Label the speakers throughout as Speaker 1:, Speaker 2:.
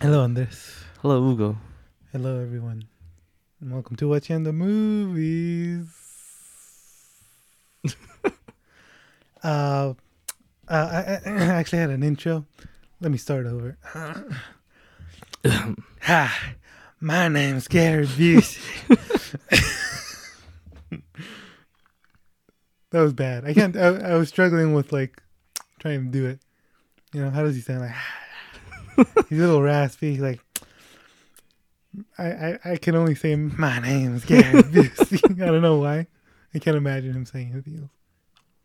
Speaker 1: Hello, Andres.
Speaker 2: Hello, Hugo.
Speaker 1: Hello, everyone. And welcome to Watching the Movies. uh, uh, I, I I actually had an intro. Let me start over. Hi, my name's Gary Busey. that was bad. I can't. I, I was struggling with like trying to do it. You know, how does he sound? Like he's a little raspy. He's like. I, I, I can only say my name's Gary Busey. I don't know why. I can't imagine him saying anything else.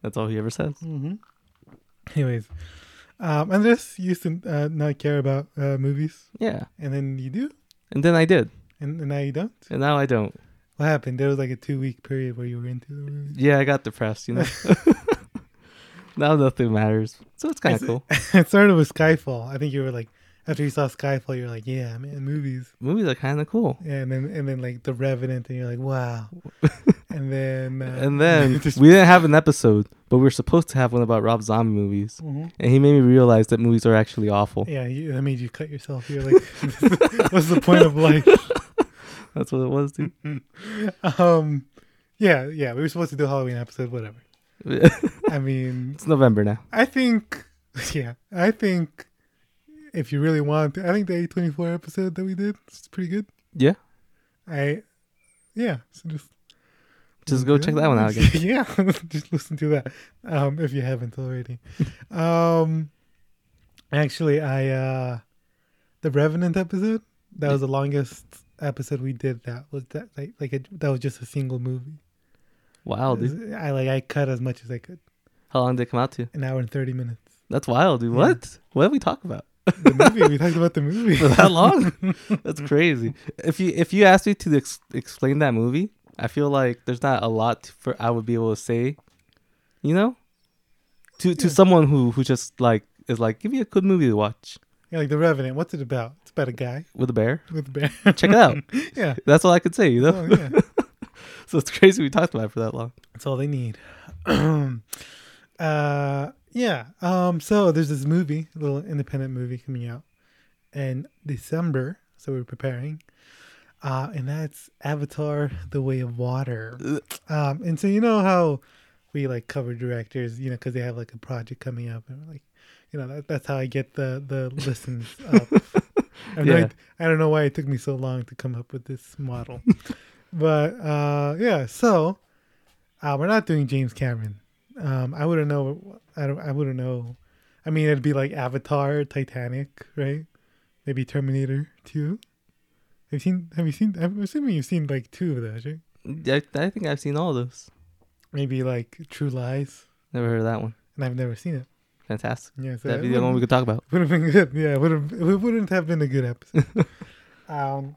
Speaker 2: That's all he ever says.
Speaker 1: Mm-hmm. Anyways, um, Andres used to uh, not care about uh, movies,
Speaker 2: Yeah.
Speaker 1: and then you do,
Speaker 2: And then I did.
Speaker 1: and, and now you don't.
Speaker 2: And now I don't.
Speaker 1: What happened? There was like a two week period where you were into the movies.
Speaker 2: Yeah, I got depressed, you know? now nothing matters. So it's kind
Speaker 1: Is it-
Speaker 2: of cool.
Speaker 1: it started with Skyfall. I think you were like, after you saw Skyfall, you were like, yeah, man, movies.
Speaker 2: Movies are kind of cool.
Speaker 1: And then and then like The Revenant, and you're like, wow. and then uh,
Speaker 2: And then
Speaker 1: just-
Speaker 2: we didn't have an episode, but we were supposed to have one about Rob Zombie movies.
Speaker 1: Mhm.
Speaker 2: And he made me realize that movies are actually awful.
Speaker 1: yeah, you, that made you cut yourself. You're like, what's the point of life?
Speaker 2: That's what it was, dude.
Speaker 1: um, yeah, yeah, we were supposed to do a Halloween episode, whatever. I mean,
Speaker 2: it's November now.
Speaker 1: I think, yeah, I think if you really want to, I think the A24 episode that we did is pretty good.
Speaker 2: Yeah.
Speaker 1: I, yeah, so just
Speaker 2: Just go check that one out again.
Speaker 1: yeah, just listen to that um, if you haven't already. um, actually, I uh, the Revenant episode that was the longest episode we did. That was that like like a, that was just a single movie.
Speaker 2: Wow, Oh, dude.
Speaker 1: I like I cut as much as I could,
Speaker 2: How long did it come out to?
Speaker 1: an hour and thirty minutes.
Speaker 2: That's wild, dude.
Speaker 1: Yeah.
Speaker 2: What? What did we talk about?
Speaker 1: The movie we talked about the movie.
Speaker 2: for that long. That's crazy. If you if you asked me to ex- explain that movie, I feel like there's not a lot to- for I would be able to say, you know, to to
Speaker 1: Yeah.
Speaker 2: someone who who just like is like give me a good movie to watch
Speaker 1: Yeah, like the Revenant. What's it about? It's about a guy
Speaker 2: with a bear.
Speaker 1: with a bear.
Speaker 2: Check it out.
Speaker 1: yeah.
Speaker 2: That's all I could say, you know.
Speaker 1: Oh, yeah.
Speaker 2: So it's crazy we talked about it for that long.
Speaker 1: That's all they need. uh, yeah. Um, so there's this movie, a little independent movie coming out in December. So we're preparing. Uh, and that's Avatar The Way of Water.
Speaker 2: Ugh.
Speaker 1: Um, and so you know how we like cover directors, you know, because they have like a project coming up and we're like, you know, that, that's how I get the, the listens up. I,
Speaker 2: Yeah.
Speaker 1: don't, I don't know why it took me so long to come up with this model. but uh, yeah, so uh, we're not doing James Cameron. Um, I wouldn't know. I don't. I wouldn't know. I mean, it'd be like Avatar, Titanic, right? Maybe Terminator Two. Have you seen? Have you seen? I'm assuming you've seen like two of those, right?
Speaker 2: I, I think I've seen all those.
Speaker 1: Maybe like True Lies,
Speaker 2: Never heard of that one.
Speaker 1: and I've never seen it.
Speaker 2: Fantastic.
Speaker 1: Yeah, so
Speaker 2: That'd
Speaker 1: it
Speaker 2: be the only one we could talk about.
Speaker 1: Would have been good. Yeah, would have. It wouldn't have been a good episode. um.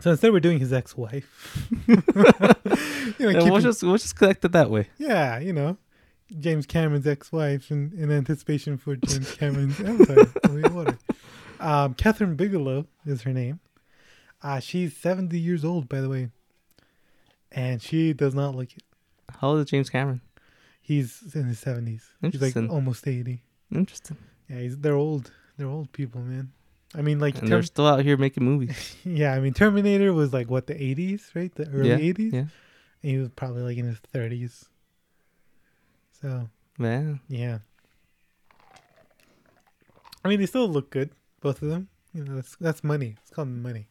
Speaker 1: So instead, we're doing his ex-wife. You know,
Speaker 2: And we'll
Speaker 1: keeping-
Speaker 2: just we'll just collect it that way.
Speaker 1: yeah, you know, James Cameron's ex-wife in, in anticipation for James Cameron's Avatar. The Way of Water. Um, Catherine Bigelow is her name. Uh, she's seventy years old, by the way, and she does not look it.
Speaker 2: How old is James Cameron?
Speaker 1: He's in his seventies. He's like
Speaker 2: Interesting.
Speaker 1: almost eighty.
Speaker 2: Interesting.
Speaker 1: Yeah, he's, they're old. They're old people, man. I mean, like,
Speaker 2: And they're
Speaker 1: Term-
Speaker 2: still out here making movies.
Speaker 1: yeah, I mean, Terminator was like what the eighties, right? The early
Speaker 2: Yeah,
Speaker 1: eighties.
Speaker 2: yeah.
Speaker 1: And he was probably like in his thirties. So
Speaker 2: Man.
Speaker 1: Yeah. I mean, they still look good, both of them. You know, that's that's money. It's called money.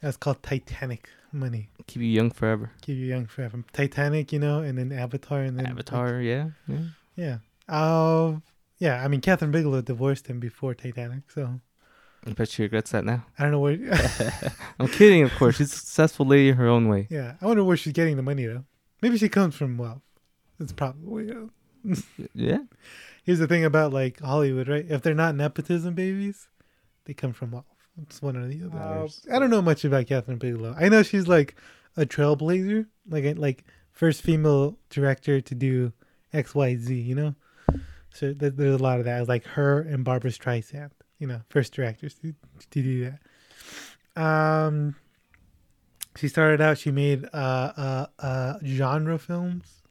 Speaker 1: That's called Titanic money.
Speaker 2: Keep you young forever.
Speaker 1: Keep you young forever. Titanic, you know, and then Avatar, and then
Speaker 2: Avatar, yeah, yeah.
Speaker 1: Yeah. Um. yeah. I mean, Catherine Bigelow divorced him before Titanic, so
Speaker 2: I bet she regrets that now.
Speaker 1: I don't know where.
Speaker 2: I'm kidding, of course. She's a successful lady her own way.
Speaker 1: yeah, I wonder where she's getting the money though. Maybe she comes from wealth. It's probably.
Speaker 2: Yeah,
Speaker 1: Here's the thing about like Hollywood, right? If they're not nepotism babies, they come from wealth. It's one or the other.
Speaker 2: Others.
Speaker 1: I don't know much about Catherine Bigelow. I know she's like a trailblazer, like like first female director to do X Y Z. You know, so th- there's a lot of that. Like her and Barbara Streisand. You know, first directors to, to do that. Um, she started out. She made uh uh uh genre films.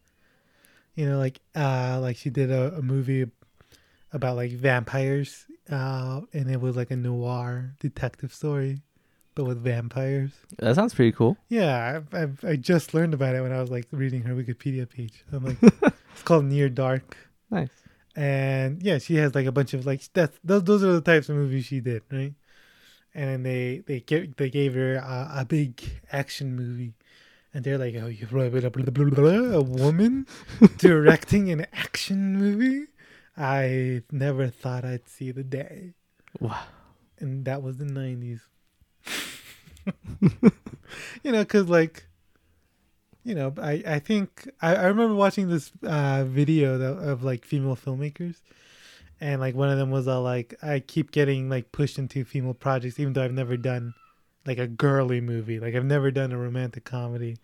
Speaker 1: You know, like uh like she did a, a movie about like vampires out, and it was like a noir detective story, but with vampires.
Speaker 2: That sounds pretty cool.
Speaker 1: Yeah, I, I, I just learned about it when I was like reading her Wikipedia page. I'm like, it's called Near Dark,
Speaker 2: Nice.
Speaker 1: and yeah, she has like a bunch of like that's those those are the types of movies she did, right? And then they they gave they gave her a, a big action movie, and they're like, oh, you blah, blah, blah, blah, blah, blah, a woman directing an action movie. I never thought I'd see the day
Speaker 2: Wow.
Speaker 1: and that was the 90s you know because like you know i i think i, I remember watching this uh video that, of like female filmmakers and like one of them was all like i keep getting like pushed into female projects even though i've never done like a girly movie like i've never done a romantic comedy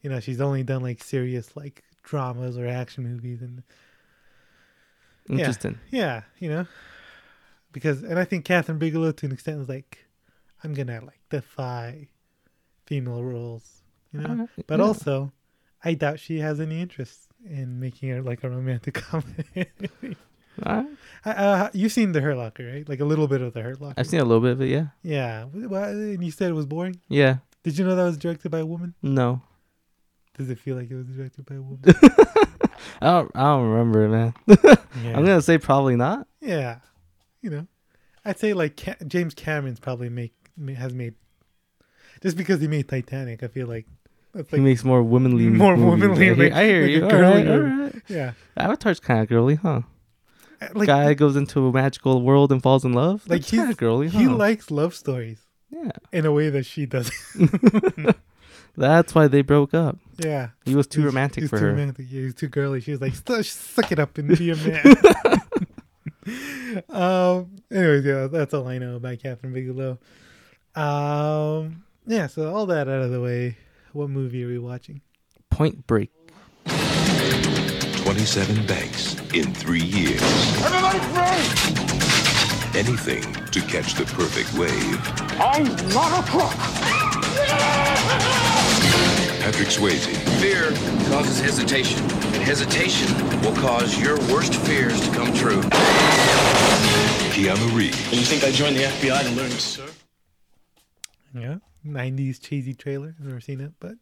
Speaker 1: you know she's only done like serious like dramas or action movies and Yeah.
Speaker 2: Interesting.
Speaker 1: yeah, you know, because and I think Catherine Bigelow to an extent is like, I'm gonna like defy female roles, you know.
Speaker 2: Alright,
Speaker 1: But
Speaker 2: yeah.
Speaker 1: also, I doubt she has any interest in making it like a romantic comedy.
Speaker 2: Alright.
Speaker 1: I- uh, you've seen The Hurt Locker, right? Like a little bit of The Hurt Locker.
Speaker 2: I've seen a little bit of it. Yeah.
Speaker 1: Yeah, well, and you said it was boring.
Speaker 2: Yeah.
Speaker 1: Did you know that was directed by a woman?
Speaker 2: No.
Speaker 1: Does it feel like it was directed by a woman?
Speaker 2: I don't. I don't remember, man.
Speaker 1: yeah.
Speaker 2: I'm gonna say probably not.
Speaker 1: Yeah, you know, I'd say like Ca- James Cameron's probably make ma- has made just because he made Titanic. I feel like that's
Speaker 2: he
Speaker 1: like
Speaker 2: makes more womanly.
Speaker 1: More
Speaker 2: movies.
Speaker 1: womanly,
Speaker 2: I hear,
Speaker 1: like-
Speaker 2: I hear
Speaker 1: like a
Speaker 2: you. All
Speaker 1: girly
Speaker 2: right, all right.
Speaker 1: yeah,
Speaker 2: Avatar's kind of girly, huh?
Speaker 1: Uh, like
Speaker 2: Guy goes into a magical world and falls in love.
Speaker 1: Like,
Speaker 2: That's
Speaker 1: he's-
Speaker 2: kind of girly, huh?
Speaker 1: he likes love stories
Speaker 2: yeah.
Speaker 1: in a way that she doesn't.
Speaker 2: That's why they broke up.
Speaker 1: Yeah,
Speaker 2: He was too
Speaker 1: He's-
Speaker 2: romantic
Speaker 1: he's
Speaker 2: for
Speaker 1: too
Speaker 2: her.
Speaker 1: Romantic. Yeah, he's too girly. She was like, "Stu- suck it up and be a man. um. Anyways, yeah, that's all I know about Catherine Bigelow. Um. Yeah. So all that out of the way, what movie are we watching?
Speaker 2: Point Break.
Speaker 3: 27 banks in three years.
Speaker 4: Everybody free!
Speaker 3: Anything to catch the perfect wave.
Speaker 4: I'm not a crook!
Speaker 3: Patrick Swayze,
Speaker 5: Fear causes hesitation, and hesitation will cause your worst fears to come true.
Speaker 3: Keanu Reeves,
Speaker 6: You think I joined the FBI to learn to surf?
Speaker 1: Yeah. 90s cheesy trailer. I've never seen it, but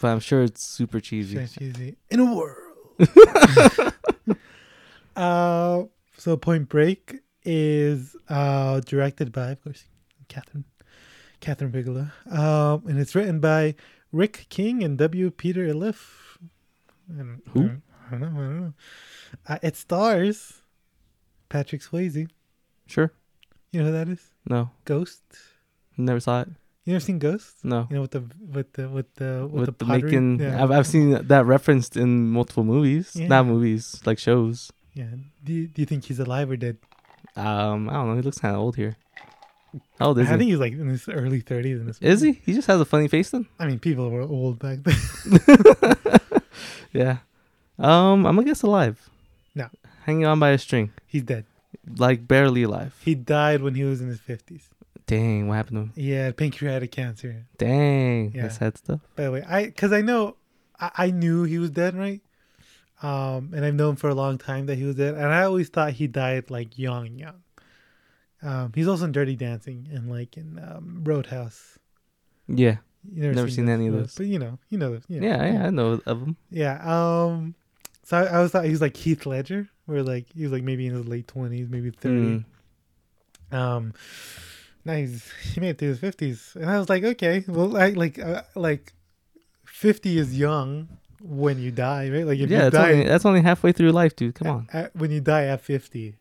Speaker 2: But I'm sure it's super cheesy.
Speaker 1: it's cheesy in a world. uh, so Point Break is uh, directed by, of course, Catherine, Catherine Bigelow, um, and it's written by Rick King and W. Peter Eliff. I don't,
Speaker 2: Who?
Speaker 1: I don't know. I don't know. Uh, it stars Patrick Swayze.
Speaker 2: Sure.
Speaker 1: You know who that is?
Speaker 2: No.
Speaker 1: Ghost.
Speaker 2: Never saw it.
Speaker 1: You never seen Ghost?
Speaker 2: No.
Speaker 1: You know with the with the with the with,
Speaker 2: With, the,
Speaker 1: the pottery?
Speaker 2: making,
Speaker 1: Yeah.
Speaker 2: I've, I've seen that referenced in multiple movies.
Speaker 1: Yeah.
Speaker 2: Not movies, like shows.
Speaker 1: Yeah. Do you, do you think he's alive or dead?
Speaker 2: Um, I don't know. He looks kind of old here. How old is
Speaker 1: I
Speaker 2: he?
Speaker 1: think he's like in his early 30s. In this
Speaker 2: Is he? He just has a funny face then.
Speaker 1: I mean, people were old back then.
Speaker 2: Yeah. Um, I'm gonna guess alive.
Speaker 1: No.
Speaker 2: Hanging on by a string,
Speaker 1: he's dead.
Speaker 2: like barely alive.
Speaker 1: He died when he was in his 50s.
Speaker 2: Dang, what happened to him?
Speaker 1: He had pancreatic cancer.
Speaker 2: Dang,
Speaker 1: Yeah.
Speaker 2: that's sad stuff.
Speaker 1: By the way, I because I know I, I knew he was dead, right? Um, and I've known for a long time that he was dead, and I always thought he died like young, young. Um, he's also in Dirty Dancing and like in um, Roadhouse.
Speaker 2: Yeah.
Speaker 1: You
Speaker 2: Never seen any of
Speaker 1: but-
Speaker 2: those.
Speaker 1: but you know, you know those. you know.
Speaker 2: Yeah, yeah, I know of him.
Speaker 1: Yeah. Um. So I, I was thought he was like Heath Ledger, where like he was like maybe in his late twenties, maybe thirty.
Speaker 2: Mm.
Speaker 1: Um. Now he's he made it to his fifties, and I was like, okay, well, I like uh, like fifty is young when you die, right? Like if
Speaker 2: Yeah,
Speaker 1: you
Speaker 2: that's
Speaker 1: die
Speaker 2: only, that's only halfway through life, dude. Come on.
Speaker 1: at, when you die at fifty,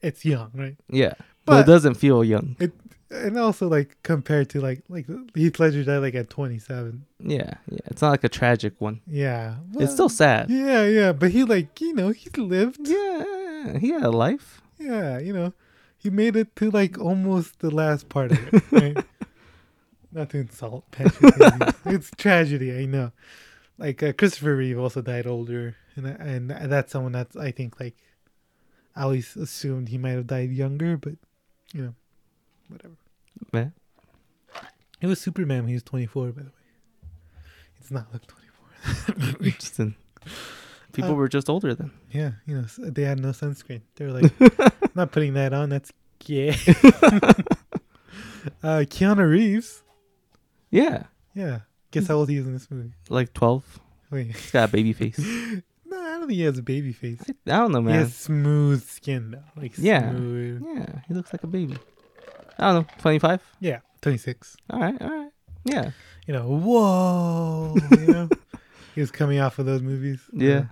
Speaker 1: it's young, right?
Speaker 2: Yeah. But,
Speaker 1: But-
Speaker 2: it doesn't feel young.
Speaker 1: It and also like compared to like like Heath Ledger died like at twenty seven.
Speaker 2: Yeah, yeah. It's not like a tragic one.
Speaker 1: Yeah,
Speaker 2: it's still sad.
Speaker 1: yeah, yeah, but he like you know he lived.
Speaker 2: Yeah, he had a life.
Speaker 1: yeah, you know, he made it to like almost the last part of it. Right? Not to insult Patrick, Swayze. it's tragedy. I know. Like uh, Christopher Reeve also died older, and uh, and that's someone that's I think like I always assumed he might have died younger, but you know, whatever.
Speaker 2: Man.
Speaker 1: It was Superman when he was twenty four. By the way, it's not like twenty four.
Speaker 2: Interesting. People
Speaker 1: Uh,
Speaker 2: were just older then.
Speaker 1: Yeah, you know, s- they had no sunscreen. They were like, "I'm not putting that on. That's yeah. uh, Keanu Reeves.
Speaker 2: Yeah,
Speaker 1: Yeah. Guess how old he is in this movie?
Speaker 2: like twelve.
Speaker 1: Wait,
Speaker 2: He's got a baby face. I
Speaker 1: no, I don't think he has a baby face.
Speaker 2: don't know,
Speaker 1: He
Speaker 2: man.
Speaker 1: has smooth skin though. Like
Speaker 2: Yeah.
Speaker 1: smooth.
Speaker 2: Yeah, he looks like a baby. I don't know, twenty five.
Speaker 1: Yeah. Twenty six.
Speaker 2: All right, all right. Yeah,
Speaker 1: You know, whoa. You know, he was coming off of those movies.
Speaker 2: yeah.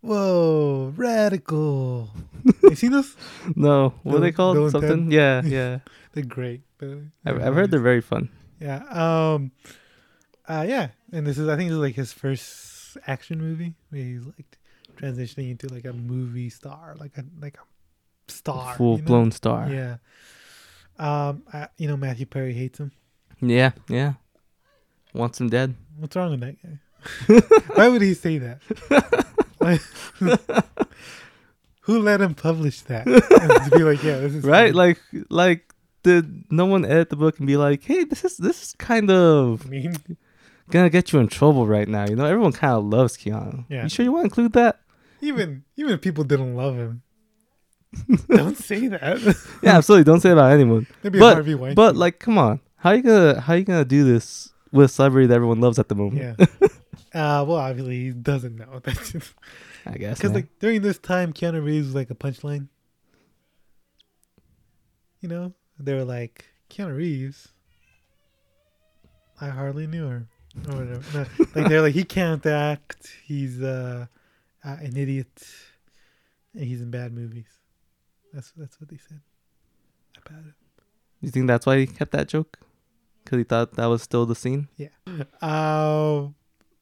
Speaker 1: Whoa, radical. you seen those?
Speaker 2: No, what are
Speaker 1: The-
Speaker 2: they called?
Speaker 1: the one ten?
Speaker 2: Something. Yeah, yeah.
Speaker 1: They're great. but-
Speaker 2: I've, I've heard they're very fun.
Speaker 1: Yeah. Um. Uh. Yeah. And this is, I think, this is like his first action movie where he's like transitioning into like a movie star, like a like a star,
Speaker 2: Full
Speaker 1: you know?
Speaker 2: blown star. Yeah.
Speaker 1: Yeah. Um. I, you know, Matthew Perry hates him.
Speaker 2: yeah, Wants him dead.
Speaker 1: What's wrong with that guy? Why would he say that? Like, Who let him publish that? And to be like, yeah, this is
Speaker 2: Right? Like, like did no one edit the book and be like, hey, this is this is kind of
Speaker 1: mean.
Speaker 2: gonna get you in trouble right now? You know, everyone kind of loves Keanu.
Speaker 1: Yeah.
Speaker 2: You sure you want to include that?
Speaker 1: Even even if people didn't love him, don't say that.
Speaker 2: Yeah, absolutely. Don't say it about anyone.
Speaker 1: Maybe
Speaker 2: but,
Speaker 1: Harvey Weinstein.
Speaker 2: but like, come on, how you gonna how you gonna do this with a celebrity that everyone loves at the moment?
Speaker 1: Yeah. Uh, well, obviously he doesn't know. Because
Speaker 2: I guess. man.
Speaker 1: like during this time, Keanu Reeves was like a punchline. You know, they were like Keanu Reeves. I hardly knew her, or whatever. No, like they're like he can't act. He's uh, uh, an idiot, and he's in bad movies. That's that's what they said about it.
Speaker 2: you think that's why he kept that joke? Because he thought that was still the scene.
Speaker 1: Uh,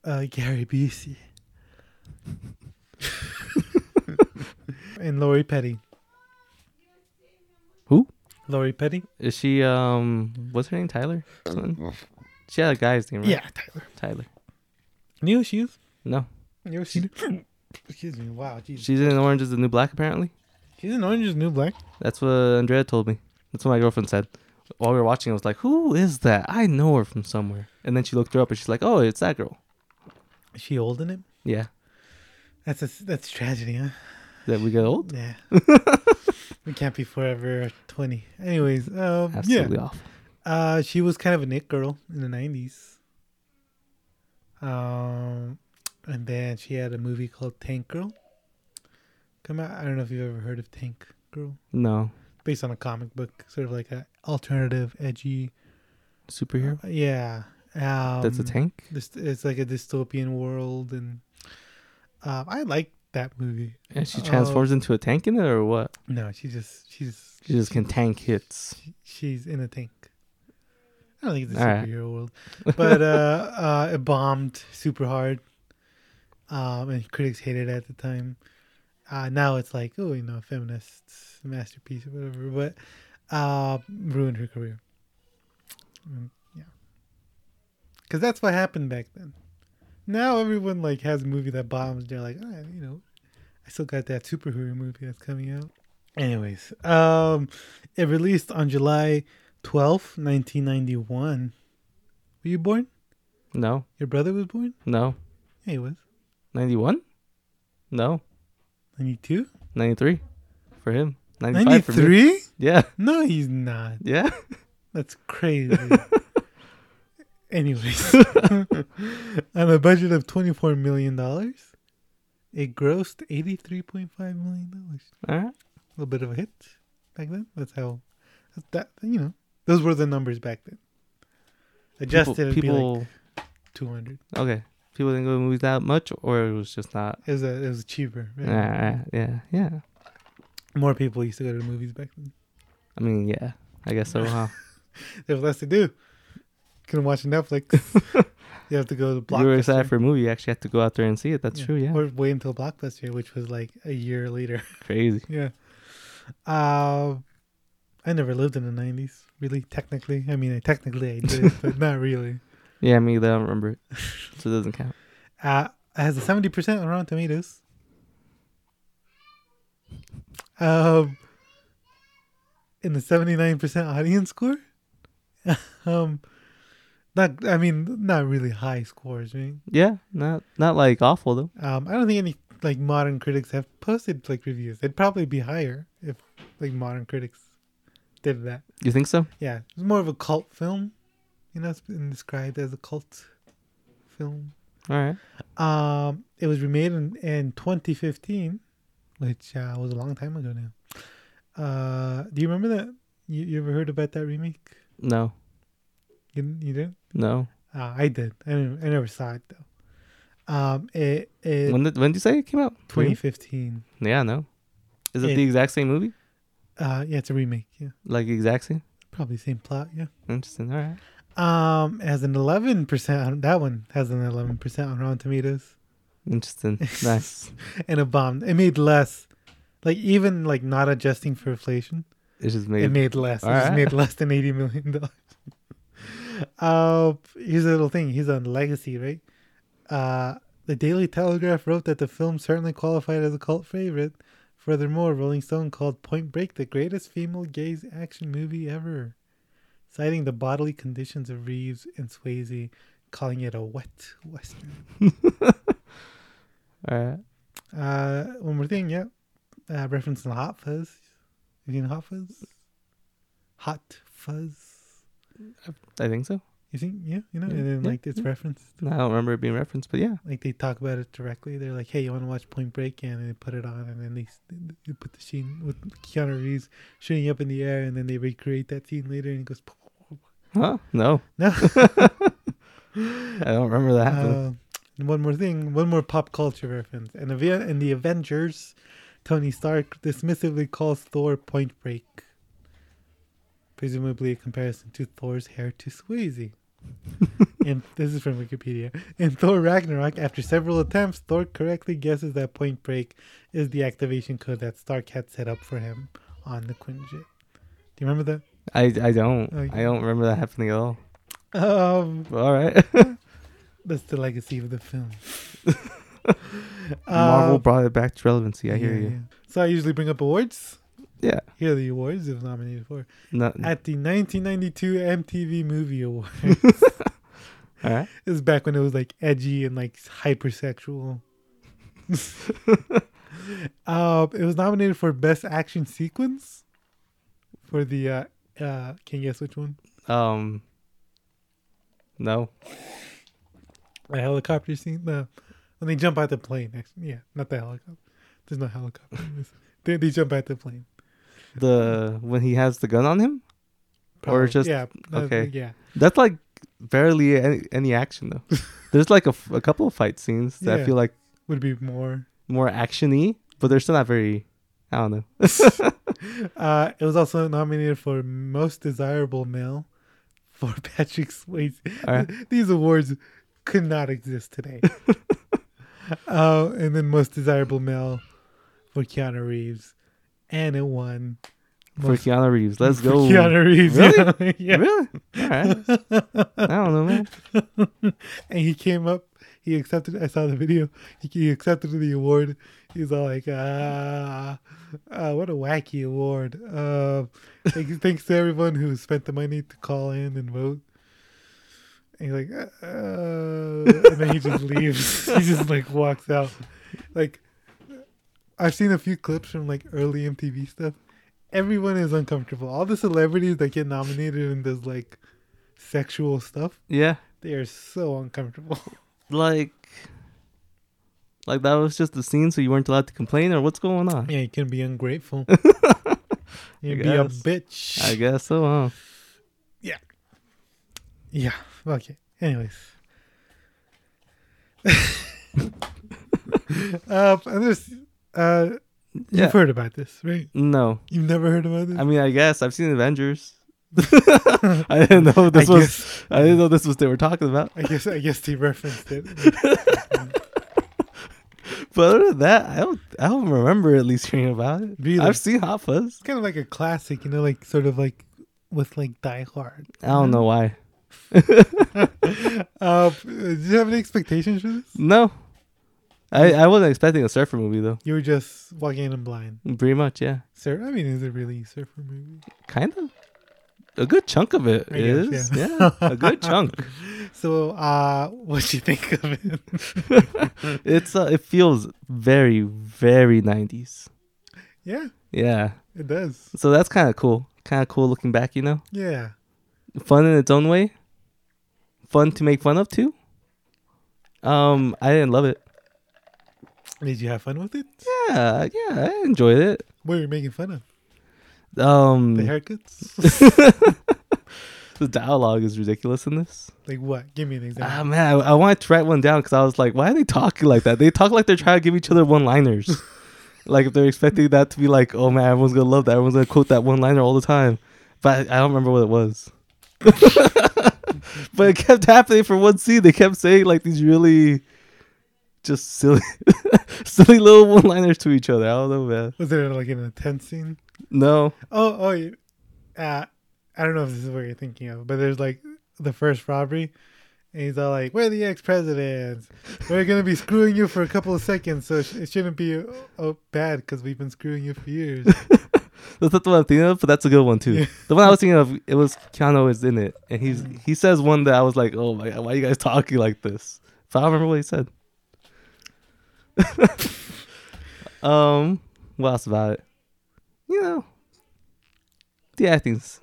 Speaker 1: uh, Gary Busey and Lori Petty.
Speaker 2: Who
Speaker 1: Lori Petty?
Speaker 2: is she? Um, what's her name? Tyler. Something? She had a guy's name, right?
Speaker 1: Yeah, Tyler.
Speaker 2: Tyler.
Speaker 1: New shoes.
Speaker 2: No,
Speaker 1: New shoes. Excuse me. Wow, Jesus.
Speaker 2: she's in Orange Is the New Black. Apparently,
Speaker 1: She's in Orange is the New Black.
Speaker 2: that's what Andrea told me. That's what my girlfriend said. While we were watching, I was like, "Who is that? I know her from somewhere." And then she looked her up, and she's like, "Oh, it's that girl."
Speaker 1: Is she old in it?
Speaker 2: Yeah,
Speaker 1: That's a, that's tragedy, huh?
Speaker 2: that we get old.
Speaker 1: Yeah. we can't be forever twenty. Anyways, um,
Speaker 2: Absolutely
Speaker 1: yeah.
Speaker 2: off.
Speaker 1: Uh, she was kind of an it girl in the nineties. Um, and then she had a movie called Tank Girl. Come out. I don't know if you've ever heard of Tank Girl.
Speaker 2: No
Speaker 1: Based on a comic book, sort of like an alternative, edgy.
Speaker 2: superhero.
Speaker 1: Yeah. Um,
Speaker 2: That's a tank.
Speaker 1: This it's like a dystopian world, and um, I like that movie.
Speaker 2: And she transforms into a tank in it, or what?
Speaker 1: No, she just she's
Speaker 2: She just can tank hits.
Speaker 1: she's in a tank. I don't think it's a
Speaker 2: All right.
Speaker 1: superhero world, but uh, uh, it bombed super hard, um, and critics hated it at the time. Uh, now it's like, oh, you know, feminist masterpiece or whatever, but uh, ruined her career. Mm, yeah, because that's what happened back then. Now everyone like has a movie that bombs. They're like, ah, you know, I still got that superhero movie that's coming out. Anyways, um, it released on July twelfth, nineteen 1991. Were you born?
Speaker 2: No,
Speaker 1: Your brother was born?
Speaker 2: no.
Speaker 1: Yeah, he was.
Speaker 2: 91? No.
Speaker 1: 92?
Speaker 2: 93 for him. 95 for me.
Speaker 1: 93?
Speaker 2: Yeah.
Speaker 1: No, he's not.
Speaker 2: Yeah.
Speaker 1: That's crazy. Anyways, on a budget of $24 million, it grossed $83.5 million.
Speaker 2: All right.
Speaker 1: A little bit of a hit back then. That's how, that, you know, those were the numbers back then. Adjusted, it'd be
Speaker 2: people,
Speaker 1: like 200.
Speaker 2: okay. People didn't go to movies that much, or it was just not.
Speaker 1: It was, a, it was cheaper. right?
Speaker 2: Yeah, yeah, yeah.
Speaker 1: More people used to go to the movies back then.
Speaker 2: I mean, yeah. I guess so, huh?
Speaker 1: There was less to do. Couldn't watch Netflix. you have to go to
Speaker 2: If
Speaker 1: Blockbuster.
Speaker 2: you were excited for a movie, you actually had to go out there and see it. That's true, yeah.
Speaker 1: Or wait until Blockbuster, which was like a year later.
Speaker 2: Crazy.
Speaker 1: yeah. Uh, I never lived in the 90s, really, technically. I mean, I technically I did, but not really.
Speaker 2: Yeah, me, either, I don't remember it. So it doesn't count.
Speaker 1: Uh, it has a 70% on Rotten Tomatoes. Um, in the 79% audience score. um, not, I mean, not really high scores, right?
Speaker 2: Yeah, not not like awful, though.
Speaker 1: Um, I don't think any like modern critics have posted like reviews. It'd probably be higher if like modern critics did that.
Speaker 2: You think so?
Speaker 1: Yeah, it's more of a cult film. You know, it's been described as a cult film.
Speaker 2: All right.
Speaker 1: Um, it was remade in, in 2015, which uh, was a long time ago now. Uh, do you remember that? You, you ever heard about that remake?
Speaker 2: No.
Speaker 1: You, didn't- you did?
Speaker 2: No.
Speaker 1: Uh, I did. I, didn't, I never saw it though. Um, it, it
Speaker 2: When did when did you say it came out?
Speaker 1: 2015.
Speaker 2: Yeah, no. Is it
Speaker 1: It-
Speaker 2: the exact same movie?
Speaker 1: Uh, yeah, it's a remake. Yeah,
Speaker 2: Like exact same?
Speaker 1: probably same plot. Yeah.
Speaker 2: Interesting. All right.
Speaker 1: Um, it has an 11 percent. That one has an 11 percent on Rotten Tomatoes.
Speaker 2: Interesting. Nice.
Speaker 1: and a bomb. It made less, like even like not adjusting for inflation,
Speaker 2: It just
Speaker 1: it
Speaker 2: made.
Speaker 1: made less. It just
Speaker 2: Alright.
Speaker 1: made less than eighty million dollars. uh, here's a little thing. He's on Legacy, right? Uh, the Daily Telegraph wrote that the film certainly qualified as a cult favorite. Furthermore, Rolling Stone called Point Break the greatest female gaze action movie ever, citing the bodily conditions of Reeves and Swayze, calling it a wet western.
Speaker 2: All right.
Speaker 1: Uh, one more thing, yeah. Uh, referencing Hot Fuzz. Have you seen Hot Fuzz? Hot Fuzz.
Speaker 2: I think so.
Speaker 1: You think, yeah, you know,
Speaker 2: Yeah,
Speaker 1: and then
Speaker 2: yeah,
Speaker 1: like it's referenced.
Speaker 2: No, I don't remember it being referenced, but yeah.
Speaker 1: Like they talk about it directly. They're like, "Hey, you want to watch Point Break?" And they put it on, and then they, s- they put the scene with Keanu Reeves shooting up in the air, and then they recreate that scene later, and it goes.
Speaker 2: Huh? No.
Speaker 1: No.
Speaker 2: I don't remember that happening.
Speaker 1: Uh, and one more thing, one more pop culture reference. And the and the Avengers, Tony Stark dismissively calls Thor Point Break. Presumably a comparison to Thor's hair to Swayze. and this is from Wikipedia. In Thor Ragnarok, after several attempts, Thor correctly guesses that Point Break is the activation code that Stark had set up for him on the Quinjet. Do you remember that?
Speaker 2: I, I don't.
Speaker 1: okay.
Speaker 2: I don't remember that happening at all.
Speaker 1: Um,
Speaker 2: But all right.
Speaker 1: that's the legacy of the film.
Speaker 2: Marvel brought it back to relevancy. I hear
Speaker 1: Yeah,
Speaker 2: you.
Speaker 1: Uh, yeah. So I usually bring up awards.
Speaker 2: Yeah. Mm.
Speaker 1: Here are the awards it was nominated for
Speaker 2: No,
Speaker 1: at the 1992 MTV Movie Award.
Speaker 2: all right.
Speaker 1: this is back when it was like edgy and like hypersexual. uh, it was nominated for Best Action Sequence for the. Uh, uh, can you guess which one?
Speaker 2: Um. No.
Speaker 1: The helicopter scene. The when they jump out the plane. Actually, yeah, not the helicopter. There's no helicopter. in this. they, they jump out the plane.
Speaker 2: The when he has the gun on him, or
Speaker 1: Probably.
Speaker 2: just
Speaker 1: yeah, no,
Speaker 2: okay.
Speaker 1: yeah.
Speaker 2: That's like barely any, any action though. There's like a, f- a couple of fight scenes that
Speaker 1: Yeah.
Speaker 2: I feel like
Speaker 1: Would be more
Speaker 2: more actiony, but they're still not very. I don't know.
Speaker 1: Uh, it was also nominated for Most Desirable Male for Patrick Swayze.
Speaker 2: Alright.
Speaker 1: These awards could not exist today. uh, and then Most Desirable Male for Keanu Reeves, and it won
Speaker 2: For Keanu Reeves, let's
Speaker 1: for
Speaker 2: go.
Speaker 1: Keanu Reeves.
Speaker 2: Really?
Speaker 1: yeah.
Speaker 2: Really? All right. I don't know, man.
Speaker 1: and he came up. He accepted. I saw the video. He, he accepted the award. He's all like, "Ah, ah, what a wacky award!" Uh, thanks, thanks to everyone who spent the money to call in and vote. And he's like, uh, uh," and then he just leaves. he just like walks out. Like, I've seen a few clips from like early MTV stuff. Everyone is uncomfortable. All the celebrities that get nominated in this like sexual stuff,
Speaker 2: Yeah,
Speaker 1: they are so uncomfortable.
Speaker 2: like, like that was just the scene, so you weren't allowed to complain, or what's going on?
Speaker 1: Yeah, you can be ungrateful. you be
Speaker 2: I
Speaker 1: a
Speaker 2: guess.
Speaker 1: bitch.
Speaker 2: I guess so. Huh?
Speaker 1: Yeah. Yeah. Okay. Anyways. uh, and this, uh,
Speaker 2: Yeah.
Speaker 1: you've heard about this, right?
Speaker 2: No,
Speaker 1: You've never heard about this?
Speaker 2: I mean, I guess I've seen Avengers. I didn't know this
Speaker 1: I
Speaker 2: was.
Speaker 1: guess-
Speaker 2: I didn't know this was they were talking about.
Speaker 1: I guess I guess they referenced it.
Speaker 2: But other than that, I don't. I don't remember at least hearing about it.
Speaker 1: Really?
Speaker 2: I've seen Hot Fuzz.
Speaker 1: It's kind of like a classic, you know, like sort of like with like Die Hard.
Speaker 2: I don't know why.
Speaker 1: Uh, did you have any expectations for this?
Speaker 2: No, I I wasn't expecting a surfer movie though.
Speaker 1: You were just walking in blind.
Speaker 2: Pretty much, yeah.
Speaker 1: Sir, I mean, is it really a surfer movie?
Speaker 2: Kind of. A good chunk of it
Speaker 1: I guess,
Speaker 2: is, yeah. a good chunk.
Speaker 1: So, uh, what you think of it?
Speaker 2: It's uh, it feels very very nineties.
Speaker 1: yeah,
Speaker 2: Yeah,
Speaker 1: it does.
Speaker 2: so that's kind of cool. kind of cool looking back, you know?
Speaker 1: Yeah.
Speaker 2: Fun in its own way. Fun to make fun of too. Um, I didn't love it.
Speaker 1: Did you have fun with it?
Speaker 2: Yeah, yeah, I enjoyed it.
Speaker 1: What were you making fun of?
Speaker 2: Um,
Speaker 1: The haircuts?
Speaker 2: the dialogue is ridiculous in this.
Speaker 1: like what? Give me an
Speaker 2: Ah
Speaker 1: example.
Speaker 2: man, I, I wanted to write one down because I was like, why are they talking like that? They talk like they're trying to give each other one-liners. like if they're expecting that to be like, oh man, everyone's gonna love that. Everyone's gonna quote that one-liner all the time. But I, I don't remember what it was. but it kept happening for one scene. They kept saying like these really just silly, silly little one-liners to each other. I don't know, man.
Speaker 1: Was it like in a tense scene?
Speaker 2: No,
Speaker 1: Oh, oh, you- uh, I don't know if this is what you're thinking of, but there's like the first robbery, and he's all like, "We're the ex-presidents. We're gonna be screwing you for a couple of seconds, so it, sh- it shouldn't be oh, bad because we've been screwing you for years."
Speaker 2: That's not the one I'm thinking of, but that's a good one too. The one I was thinking of, it was Keanu is in it, and he's he says one that I was like, oh my god, why are you guys talking like this? But I don't remember what he said. um, what else about it? You know, the acting's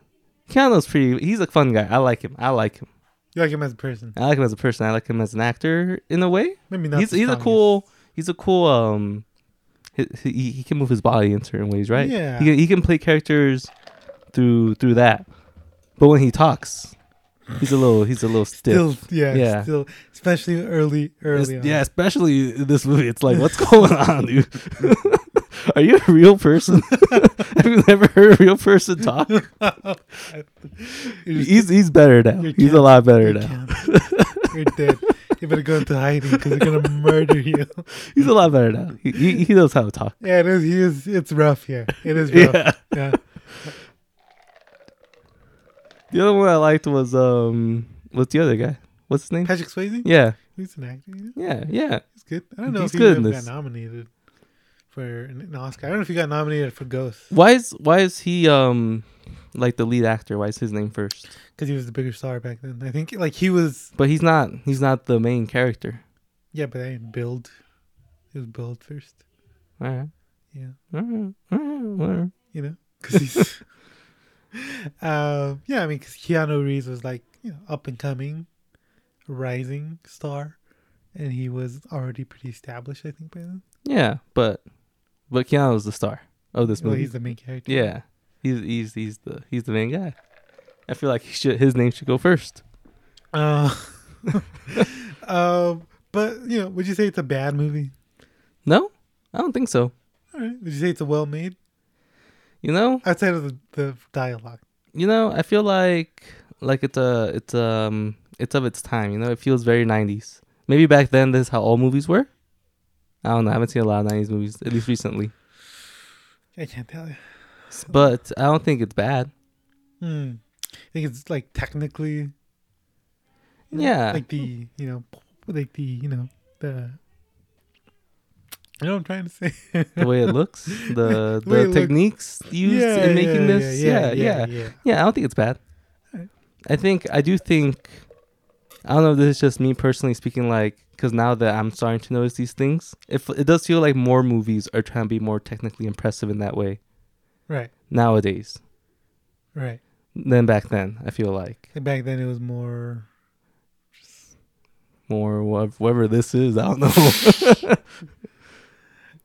Speaker 2: Keanu's pretty. He's a fun guy. I like him. I like him.
Speaker 1: you like him as a person,
Speaker 2: I like him as a person. I like him as an actor in a way.
Speaker 1: maybe not.
Speaker 2: he's
Speaker 1: the
Speaker 2: he's a
Speaker 1: strongest.
Speaker 2: cool. He's a cool. Um, he, he he can move his body in certain ways, right?
Speaker 1: Yeah.
Speaker 2: He can- he can play characters through through that, but when he talks, he's a little he's a little stiff.
Speaker 1: Still, yeah,
Speaker 2: Yeah.
Speaker 1: still, especially early,
Speaker 2: It's-
Speaker 1: early on.
Speaker 2: yeah, especially in this movie. It's like, what's going on, dude? Are you a real person? Have you never heard a real person talk?
Speaker 1: You're-
Speaker 2: He's he's better now.
Speaker 1: You're
Speaker 2: He's a
Speaker 1: camp.
Speaker 2: lot better
Speaker 1: you're
Speaker 2: now.
Speaker 1: camp. You're dead. You better go into hiding because they're gonna murder you.
Speaker 2: He's a lot better now. He he, he knows how to talk.
Speaker 1: Yeah, it is. He is. It's rough here. It is rough.
Speaker 2: Yeah.
Speaker 1: yeah.
Speaker 2: The other one I liked was um, what's the other guy? What's his name?
Speaker 1: Patrick Swayze.
Speaker 2: Yeah,
Speaker 1: He's an actor. you know?
Speaker 2: yeah, yeah.
Speaker 1: He's good. I don't know
Speaker 2: He's
Speaker 1: if
Speaker 2: good in
Speaker 1: he ever
Speaker 2: this.
Speaker 1: got nominated for an an Oscar. I don't know if he got nominated for Ghost
Speaker 2: Why is why is he um like the lead actor? Why is his name first?
Speaker 1: because he was the bigger star back then. I think like he was.
Speaker 2: But he's not he's not the main character.
Speaker 1: Yeah, but I didn't build. He was build first.
Speaker 2: All right.
Speaker 1: Yeah,
Speaker 2: All right. All right. All right.
Speaker 1: you know, because he's. um. Yeah, I mean, because Keanu Reeves was like you know up and coming, rising star, and he was already pretty established. I think by then.
Speaker 2: Yeah, but but Keanu's the star of this
Speaker 1: Well,
Speaker 2: movie.
Speaker 1: he's the main character.
Speaker 2: yeah. He's he's he's the he's the main guy. I feel like he should his name should go first.
Speaker 1: Uh, um. But you know, would you say it's a bad movie?
Speaker 2: No? I don't think so.
Speaker 1: All right. Would you say it's a well made?
Speaker 2: You know?
Speaker 1: outside of the, the dialogue.
Speaker 2: You know, I feel like like it's a it's um it's of its time, you know, it feels very nineties. Maybe back then this is how all movies were. I don't know, I haven't seen a lot of nineties movies, at least recently.
Speaker 1: I can't tell you.
Speaker 2: But I don't think it's bad.
Speaker 1: Hmm. I think it's like technically,
Speaker 2: Yeah.
Speaker 1: like the you know, like the you know the. You know what I'm trying to say?
Speaker 2: the way it looks, the
Speaker 1: The way it
Speaker 2: the
Speaker 1: looks.
Speaker 2: techniques used in making this. Yeah yeah, yeah,
Speaker 1: yeah.
Speaker 2: I don't think it's bad. I think I do think I don't know if this is just me personally speaking like cuz now that I'm starting to notice these things, if it does feel like more movies are trying to be more technically impressive in that way
Speaker 1: Right,
Speaker 2: nowadays
Speaker 1: right.
Speaker 2: than back then. I feel like
Speaker 1: And back then it was more.
Speaker 2: more wha- whatever this is, I don't know.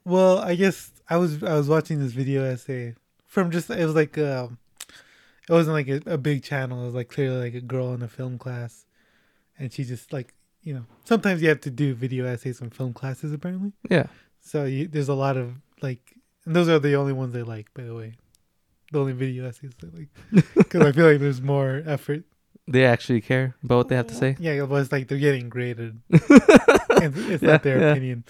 Speaker 1: Well, I guess I was I was watching this video essay from just it was like um, it wasn't like a, a big channel. It was like clearly like a girl in a film class, and she just like you know sometimes you have to do video essays from film classes apparently.
Speaker 2: yeah.
Speaker 1: So you, there's a lot of like, and those are the only ones I like, by the way. The only video essays I like, because I feel like there's more effort.
Speaker 2: They actually care about what they have to say.
Speaker 1: Yeah, but it's like they're getting graded. and it's not their
Speaker 2: yeah.
Speaker 1: opinion.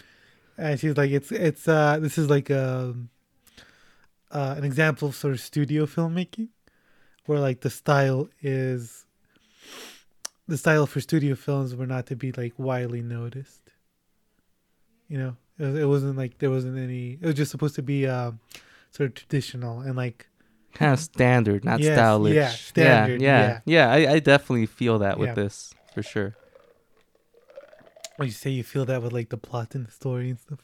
Speaker 1: And she's like, it's it's uh this is like um uh, an example of sort of studio filmmaking, where like the style is the style for studio films were not to be like widely noticed. You know, it, was- it wasn't like there wasn't any. It was just supposed to be um sort of traditional and like
Speaker 2: kind of standard, not
Speaker 1: Yes,
Speaker 2: stylish.
Speaker 1: yeah, standard,
Speaker 2: Yeah, yeah, yeah. I, I definitely feel that with
Speaker 1: Yeah.
Speaker 2: this for sure.
Speaker 1: when you say you feel that with like the plot and the story and stuff.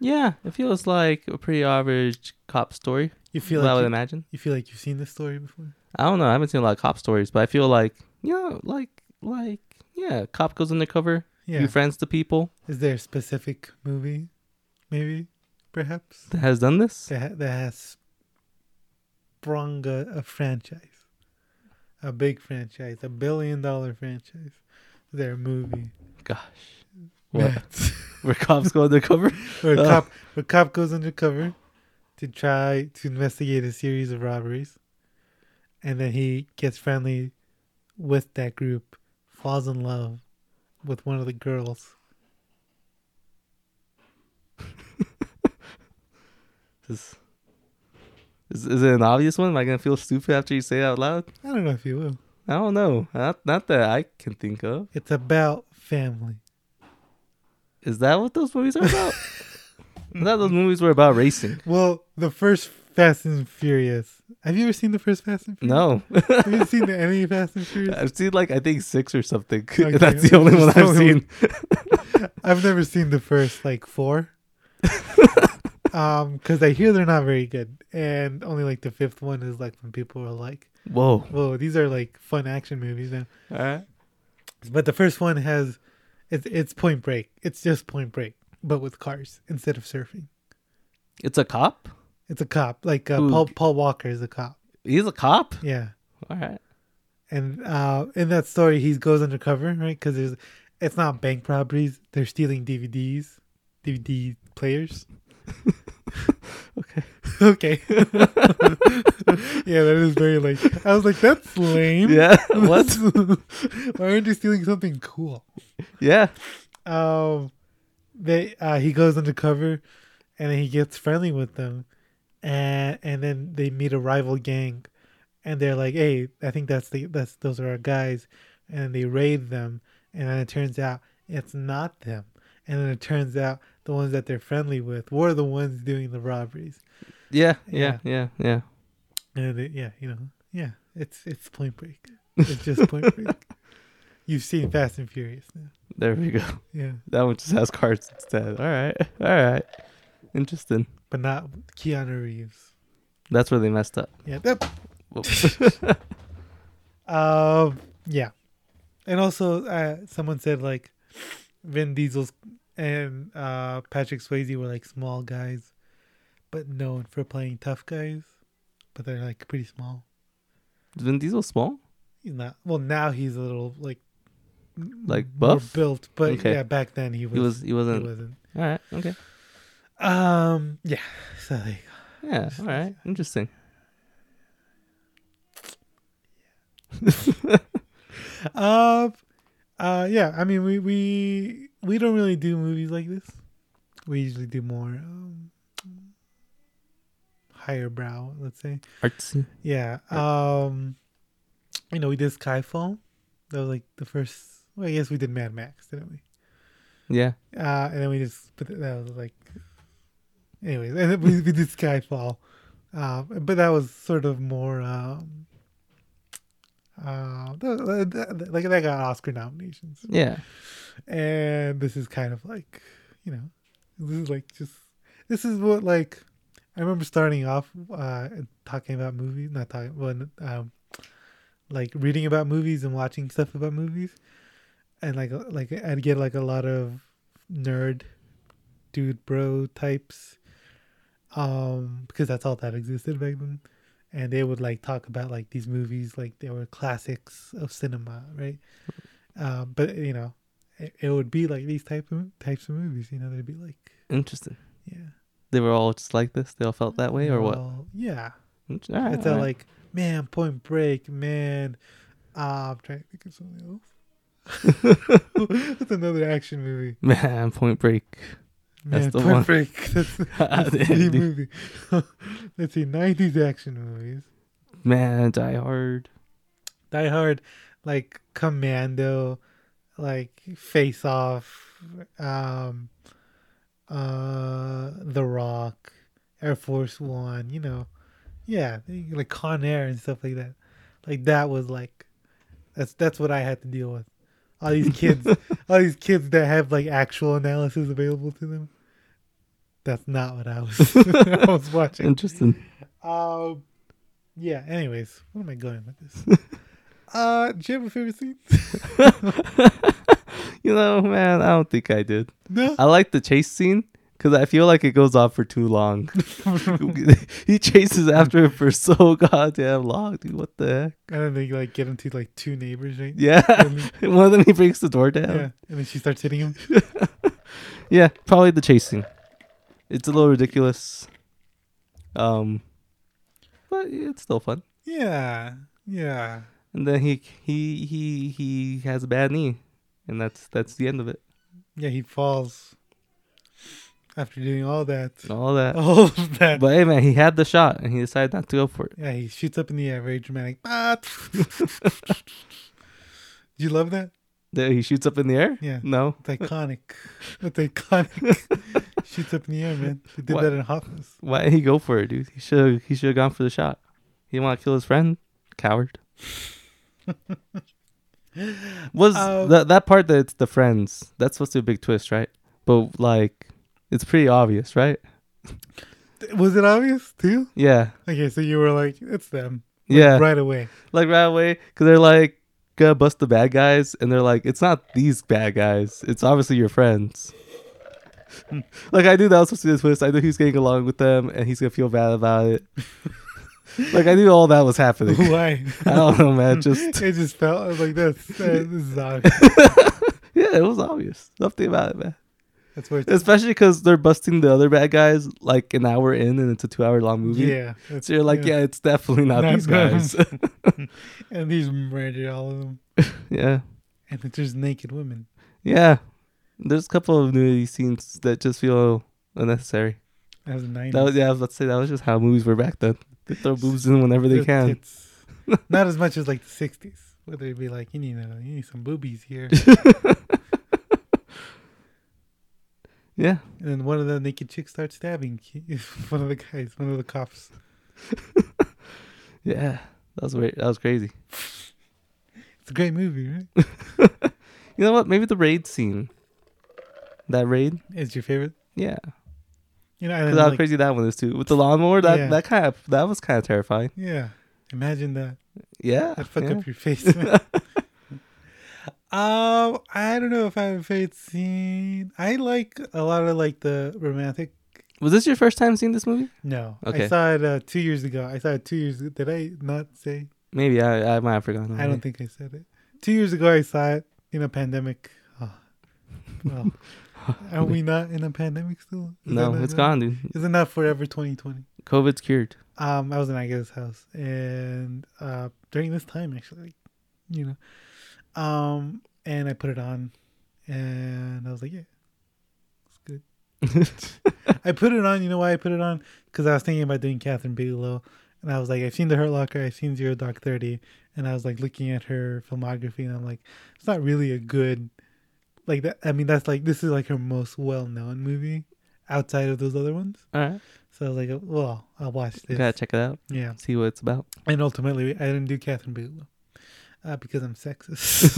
Speaker 2: Yeah, it feels like a pretty average cop story.
Speaker 1: You feel
Speaker 2: I
Speaker 1: like
Speaker 2: would
Speaker 1: you,
Speaker 2: imagine.
Speaker 1: you feel like you've seen this story before.
Speaker 2: I don't know. I haven't seen a lot of cop stories, but I feel like you know, like like yeah, cop goes undercover,
Speaker 1: Yeah.
Speaker 2: befriends the people
Speaker 1: Is there a specific movie, maybe, perhaps
Speaker 2: that has done this.
Speaker 1: that ha- that has sprung a, a franchise, a big franchise, a billion dollar franchise? Is there a movie?
Speaker 2: Gosh, what?
Speaker 1: that-
Speaker 2: Where cops go undercover?
Speaker 1: where a
Speaker 2: Uh.
Speaker 1: cop where a cop goes undercover to try to investigate a series of robberies, and then he gets friendly with that group, falls in love with one of the girls.
Speaker 2: Is, is is it an obvious one? Am I gonna feel stupid after you say it out loud?
Speaker 1: I don't know if you will.
Speaker 2: I don't know. Not not that I can think of.
Speaker 1: It's about family.
Speaker 2: Is that what those movies are about? I thought those movies were about racing.
Speaker 1: Well, the first Fast and Furious. Have you ever seen the first Fast and Furious?
Speaker 2: No,
Speaker 1: Have you seen the any Fast and Furious?
Speaker 2: I've seen like I think six or something.
Speaker 1: Okay,
Speaker 2: That's the only one
Speaker 1: just
Speaker 2: I've
Speaker 1: tell me
Speaker 2: seen.
Speaker 1: I've never seen the first like four. um, because I hear they're not very good, and only like the fifth one is like when people are like,
Speaker 2: Whoa!
Speaker 1: "Whoa, these are like fun action movies now."
Speaker 2: All right.
Speaker 1: But the first one has, it's it's Point Break. It's just Point Break, but with cars instead of surfing.
Speaker 2: It's a cop.
Speaker 1: It's a cop. Like uh,
Speaker 2: Who-
Speaker 1: Paul Paul Walker is a cop.
Speaker 2: He's a cop.
Speaker 1: Yeah.
Speaker 2: All right.
Speaker 1: and uh in that story he goes undercover right because there's it's not bank robberies they're stealing dvds dvd players okay okay yeah that is very like i was like that's lame
Speaker 2: Yeah. What?
Speaker 1: why aren't you stealing something cool
Speaker 2: yeah.
Speaker 1: um they uh he goes undercover and then he gets friendly with them and and then they meet a rival gang and they're like hey i think that's the that's those are our guys and they raid them and then it turns out it's not them and then it turns out the ones that they're friendly with were the ones doing the robberies
Speaker 2: Yeah. Yeah. Yeah. Yeah.
Speaker 1: and it, yeah you know yeah it's it's point break it's just point break you've seen fast and furious now
Speaker 2: There we go.
Speaker 1: yeah
Speaker 2: That one just has cars instead. All right. All right. Interesting.
Speaker 1: but not keanu reeves
Speaker 2: That's where they messed up.
Speaker 1: yeah that
Speaker 2: Whoa.
Speaker 1: Um, yeah, and also uh, someone said like Vin Diesel's and uh, Patrick Swayze were like small guys, but known for playing tough guys. But they're like pretty small.
Speaker 2: Is Vin Diesel small?
Speaker 1: He's not well now. He's a little like
Speaker 2: Like
Speaker 1: more
Speaker 2: buff?
Speaker 1: built, but
Speaker 2: Okay.
Speaker 1: yeah, back then he was.
Speaker 2: He was. He wasn't.
Speaker 1: He wasn't.
Speaker 2: All right. Okay.
Speaker 1: Um. Yeah. So there you go.
Speaker 2: Yeah. All right. Interesting.
Speaker 1: Uh, uh, yeah. I mean, we we we don't really do movies like this. We usually do more um, higher brow, let's say.
Speaker 2: Artsy.
Speaker 1: Yeah. Um, you know, we did Skyfall. That was like the first. Well, I guess we did Mad Max, didn't we?
Speaker 2: Yeah.
Speaker 1: Uh, and then we just but that was like. Anyways, and then we, we did Skyfall, uh, but that was sort of more. Um, uh, th- th- th- like that got Oscar nominations,
Speaker 2: Yeah.
Speaker 1: and this is kind of like, you know, this is like just this is what like I remember starting off uh talking about movies, not talking, well, um, like reading about movies and watching stuff about movies, and like uh, like I'd get like a lot of nerd, dude, bro types, um, because that's all that existed back then, and they would like talk about like these movies like they were classics of cinema, right? Uh, but you know, it, it would be like these type of types of movies. You know, they'd be like,
Speaker 2: Interesting.
Speaker 1: yeah,
Speaker 2: They were all just like this. They all felt that way, or what? All
Speaker 1: well, yeah.
Speaker 2: right,
Speaker 1: It's
Speaker 2: all
Speaker 1: a
Speaker 2: right.
Speaker 1: like, man, Point Break, man. Uh, I'm trying to think of something else. That's another action movie.
Speaker 2: man, Point Break.
Speaker 1: Man,
Speaker 2: That's the
Speaker 1: Point
Speaker 2: one.
Speaker 1: Break. That's, that's
Speaker 2: The
Speaker 1: the
Speaker 2: ending.
Speaker 1: movie. Let's see, 90s action movies.
Speaker 2: Man, Die Hard.
Speaker 1: Die Hard, like Commando, like Face Off, um, uh, The Rock, Air Force One, you know, yeah, like Con Air and stuff like that. Like that was like, that's that's what I had to deal with. All these kids, all these kids that have like actual analysis available to them. That's not what I was. I was watching.
Speaker 2: Interesting.
Speaker 1: Um, yeah. Anyways, where am I going with this? uh, do you have a favorite scene?
Speaker 2: You know, man, I don't think I did.
Speaker 1: no.
Speaker 2: I like the chase scene because I feel like it goes on for too long. he chases after it for so goddamn long, dude. What the heck?
Speaker 1: I don't think like get into like two neighbors, right?
Speaker 2: Yeah. One of them he breaks the door down.
Speaker 1: Yeah.
Speaker 2: Yeah.
Speaker 1: And then she starts hitting him.
Speaker 2: probably the chase scene. It's a little ridiculous. Um but it's still fun.
Speaker 1: Yeah. Yeah.
Speaker 2: And then he he he he has a bad knee. And that's that's the end of it.
Speaker 1: Yeah. He falls after doing all that.
Speaker 2: And All that.
Speaker 1: All of that.
Speaker 2: But hey man, he had the shot and he decided not to go for it.
Speaker 1: yeah. He shoots up in the air, very dramatic. Ah, Do you love that?
Speaker 2: There, he shoots up in the air?
Speaker 1: Yeah.
Speaker 2: No.
Speaker 1: It's iconic. It's iconic. Shoots up in the air, man. They did
Speaker 2: What?
Speaker 1: that in Hoffman's.
Speaker 2: Why did he go for it, dude? He should he should have gone for the shot. He didn't want to kill his friend. Coward. Was
Speaker 1: Um,
Speaker 2: that that part that it's the friends? That's supposed to be a big twist, right? But like, it's pretty obvious, right?
Speaker 1: Was it obvious too?
Speaker 2: Yeah,
Speaker 1: Okay, so you were like, it's them
Speaker 2: yeah.
Speaker 1: right away.
Speaker 2: Like right away, because they're like gonna bust the bad guys, and they're like, it's not these bad guys. It's obviously your friends. like I knew that was supposed to be the twist. I knew he was getting along with them, and he's gonna feel bad about it. like I knew all that was happening.
Speaker 1: Why?
Speaker 2: I don't know,
Speaker 1: Hmm.
Speaker 2: man. Just
Speaker 1: it just felt I was like this. uh, This is obvious.
Speaker 2: yeah, it was obvious. Nothing about it, man.
Speaker 1: That's where it's,
Speaker 2: Especially because they're busting the other bad guys like an hour in, and it's a two-hour-long movie.
Speaker 1: yeah. that's-
Speaker 2: So you're like, yeah, it's definitely not
Speaker 1: Not
Speaker 2: these guys.
Speaker 1: And these murdered all of them,
Speaker 2: yeah,
Speaker 1: and it's just naked women.
Speaker 2: yeah. There's a couple of nudity scenes that just feel unnecessary.
Speaker 1: That was nineties.
Speaker 2: That was yeah. I was about to say that was just how movies were back then. They throw boobs in whenever they
Speaker 1: Just
Speaker 2: can.
Speaker 1: tits. Not as much as like the sixties. Whether it'd be like you need a, you need some boobies here,
Speaker 2: Yeah,
Speaker 1: and then one of the naked chicks starts stabbing one of the guys, one of the cops.
Speaker 2: yeah. That was weird. That was crazy.
Speaker 1: It's a great movie, right?
Speaker 2: You know what? Maybe the raid scene. That raid.
Speaker 1: It's your favorite.
Speaker 2: Yeah.
Speaker 1: You know, and
Speaker 2: Because how
Speaker 1: then, like,
Speaker 2: crazy that one is too. With the lawnmower, that
Speaker 1: Yeah.
Speaker 2: that kind of that was kind of terrifying.
Speaker 1: yeah. Imagine that.
Speaker 2: Yeah.
Speaker 1: That fuck
Speaker 2: yeah.
Speaker 1: up your face. man. um, I don't know if I have a favorite scene. I like a lot of like the romantic.
Speaker 2: Was this your first time seeing this movie?
Speaker 1: No, I
Speaker 2: Okay.
Speaker 1: saw it uh, two years ago. I saw it two years. Did I not say?
Speaker 2: Maybe I I might have forgotten.
Speaker 1: I don't
Speaker 2: already.
Speaker 1: think I said it. Two years ago, I saw it in a pandemic. Oh. Well, are we not in a pandemic still? Is
Speaker 2: No,
Speaker 1: that not-
Speaker 2: it's gone, dude.
Speaker 1: Isn't that forever 2020?
Speaker 2: COVID's cured.
Speaker 1: um i was in Agatha's house and uh during this time actually like, you know um and i put it on and i was like yeah it's good i put it on you know why i put it on because i was thinking about doing catherine bigelow and i was like i've seen the hurt locker i've seen zero dark 30 and i was like looking at her filmography and i'm like it's not really a good like that i mean that's like this is like her most well-known movie outside of those other ones
Speaker 2: All right,
Speaker 1: so I was like, well, I'll watch this.
Speaker 2: gotta check it out.
Speaker 1: Yeah.
Speaker 2: See what it's about.
Speaker 1: And ultimately, I didn't do Catherine Bigelow uh, because I'm sexist.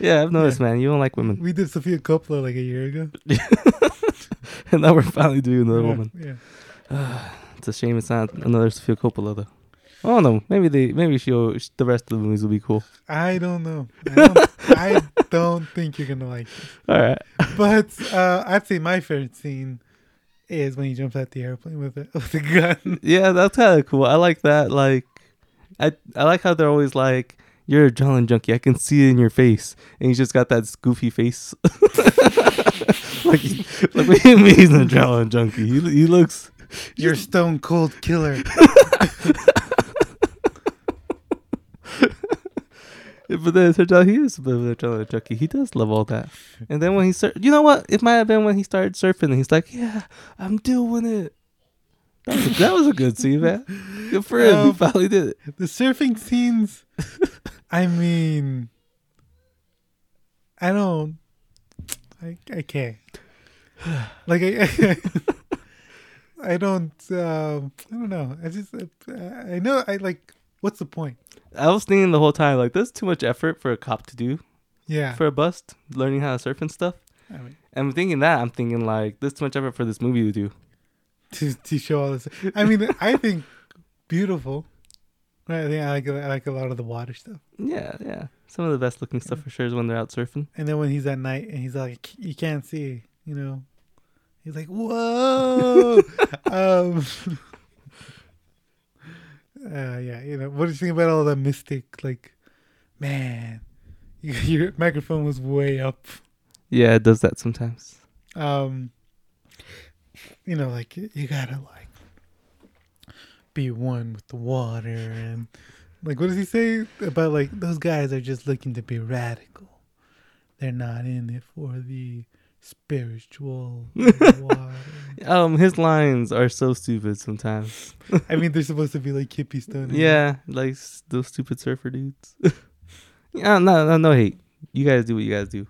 Speaker 2: Yeah, I've noticed, man. You don't like women,
Speaker 1: we did Sophia Coppola like a year ago.
Speaker 2: and now we're finally doing another
Speaker 1: yeah,
Speaker 2: woman.
Speaker 1: Yeah.
Speaker 2: It's a shame it's not another Sofia Coppola though. Oh no, maybe they maybe she'll sh- the rest of the movies will be cool.
Speaker 1: I don't know. I don't, I don't think you're going to like it.
Speaker 2: All right,
Speaker 1: But uh, I'd say my favorite scene is when he jumps out the airplane with a, with a gun.
Speaker 2: yeah, that's kind of cool. I like that. Like, I I like how they're always like. You're a adrenaline junkie. I can see it in your face, and he's just got that goofy face. like, he- like what do you mean he's an adrenaline junkie? He, he looks
Speaker 1: You're stone cold killer.
Speaker 2: Yeah, But then it turns out he is a bit of a adrenaline junkie. He does love all that. And then when he sur- you know what? It might have been when he started surfing. and He's like, yeah, I'm doing it. That was a, that was a good scene, man. Good for him. He
Speaker 1: Um,
Speaker 2: finally did it.
Speaker 1: the surfing scenes, I mean, I don't, I, I can't. Like I, I don't, um, I don't know. I just, uh, I know. I like. What's the point?
Speaker 2: I was thinking the whole time, like, that's too much effort for a cop to do
Speaker 1: Yeah.
Speaker 2: for a bust, learning how to surf and stuff.
Speaker 1: I mean,
Speaker 2: And I'm thinking that I'm thinking like, that's too much effort for this movie to do.
Speaker 1: to to show all this. I mean, I think beautiful. Right, I think I like I like a lot of the water stuff.
Speaker 2: Yeah, yeah. Some of the best looking stuff for sure is when they're out surfing.
Speaker 1: And then when he's at night and he's like, you can't see, you know, he's like, whoa. um, uh, yeah, you know, what do you think about all the mystic? Like, man, you, your microphone was way up.
Speaker 2: Yeah, it does that sometimes.
Speaker 1: Um, you know, like you gotta like be one with the water and like what does he say about like those guys are just looking to be radical they're not in it for the spiritual water.
Speaker 2: Um, his lines are so stupid sometimes.
Speaker 1: i mean they're supposed to be like hippie stone
Speaker 2: Yeah, like s- those stupid surfer dudes. yeah, no, no, no hate. You guys do what you guys do.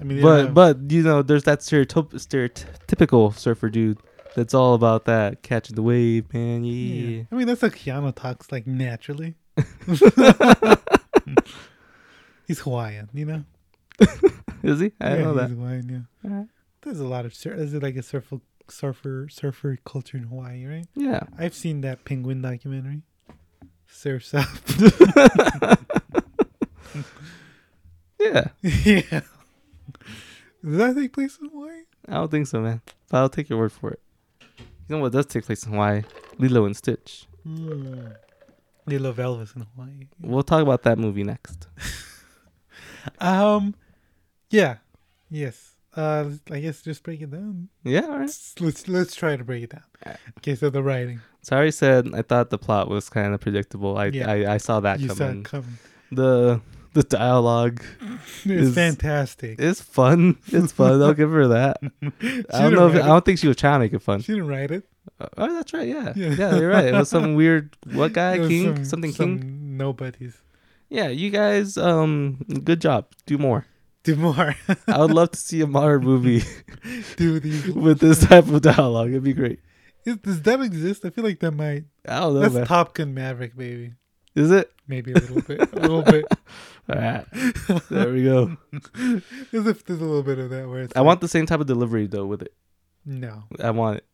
Speaker 1: i mean they
Speaker 2: But
Speaker 1: don't have-
Speaker 2: but you know, there's that stereotyp- stereotypical surfer dude that's all about that catching the wave, man. Yeah.
Speaker 1: i mean that's how keanu talks like naturally he's hawaiian you know
Speaker 2: Is he? I
Speaker 1: yeah,
Speaker 2: know
Speaker 1: he's
Speaker 2: that. Uh-huh.
Speaker 1: hawaiian yeah
Speaker 2: Alright.
Speaker 1: there's a lot of sur- there's like a surfer surfer surfer culture in hawaii right
Speaker 2: Yeah.
Speaker 1: I've seen that penguin documentary. Surfs up.
Speaker 2: Yeah.
Speaker 1: yeah. Does that take place in Hawaii?
Speaker 2: I don't think so, man. But I'll take your word for it. You know what does take place in Hawaii? Lilo and Stitch. Hmm.
Speaker 1: They love Elvis in Hawaii.
Speaker 2: We'll talk about that movie next.
Speaker 1: Um, yeah, yes. Uh, I guess just break it down.
Speaker 2: Yeah, all right.
Speaker 1: Let's- Let's let's try to break it
Speaker 2: Uh,
Speaker 1: down. Okay, so the writing
Speaker 2: So I already said I thought the plot was kind of predictable. I,
Speaker 1: Yeah.
Speaker 2: I I saw that
Speaker 1: you saw
Speaker 2: coming.
Speaker 1: it coming.
Speaker 2: the the dialogue
Speaker 1: It's
Speaker 2: Is-
Speaker 1: fantastic.
Speaker 2: is fun. It's fun. I'll give her that. I don't
Speaker 1: didn't
Speaker 2: know. If,
Speaker 1: write
Speaker 2: I
Speaker 1: it.
Speaker 2: don't think she was trying to make it fun.
Speaker 1: she didn't write it.
Speaker 2: oh, that's right. Yeah.
Speaker 1: Yeah.
Speaker 2: yeah, You're right. It was some weird what guy
Speaker 1: It was
Speaker 2: king
Speaker 1: some-
Speaker 2: something
Speaker 1: some
Speaker 2: king.
Speaker 1: Nobody's.
Speaker 2: Yeah, you guys. Um, good job. Do more.
Speaker 1: Do more.
Speaker 2: I would love to see a modern movie
Speaker 1: Do these.
Speaker 2: with this type of dialogue. It'd be great.
Speaker 1: Is, does that exist? I feel like that might.
Speaker 2: I don't know,
Speaker 1: That's
Speaker 2: man.
Speaker 1: Top Gun Maverick, baby.
Speaker 2: Is it?
Speaker 1: Maybe a little bit. A little bit.
Speaker 2: All right. There we go.
Speaker 1: There's a, there's a little bit of that where it's.
Speaker 2: I want the same type of delivery though with it.
Speaker 1: No.
Speaker 2: I want it.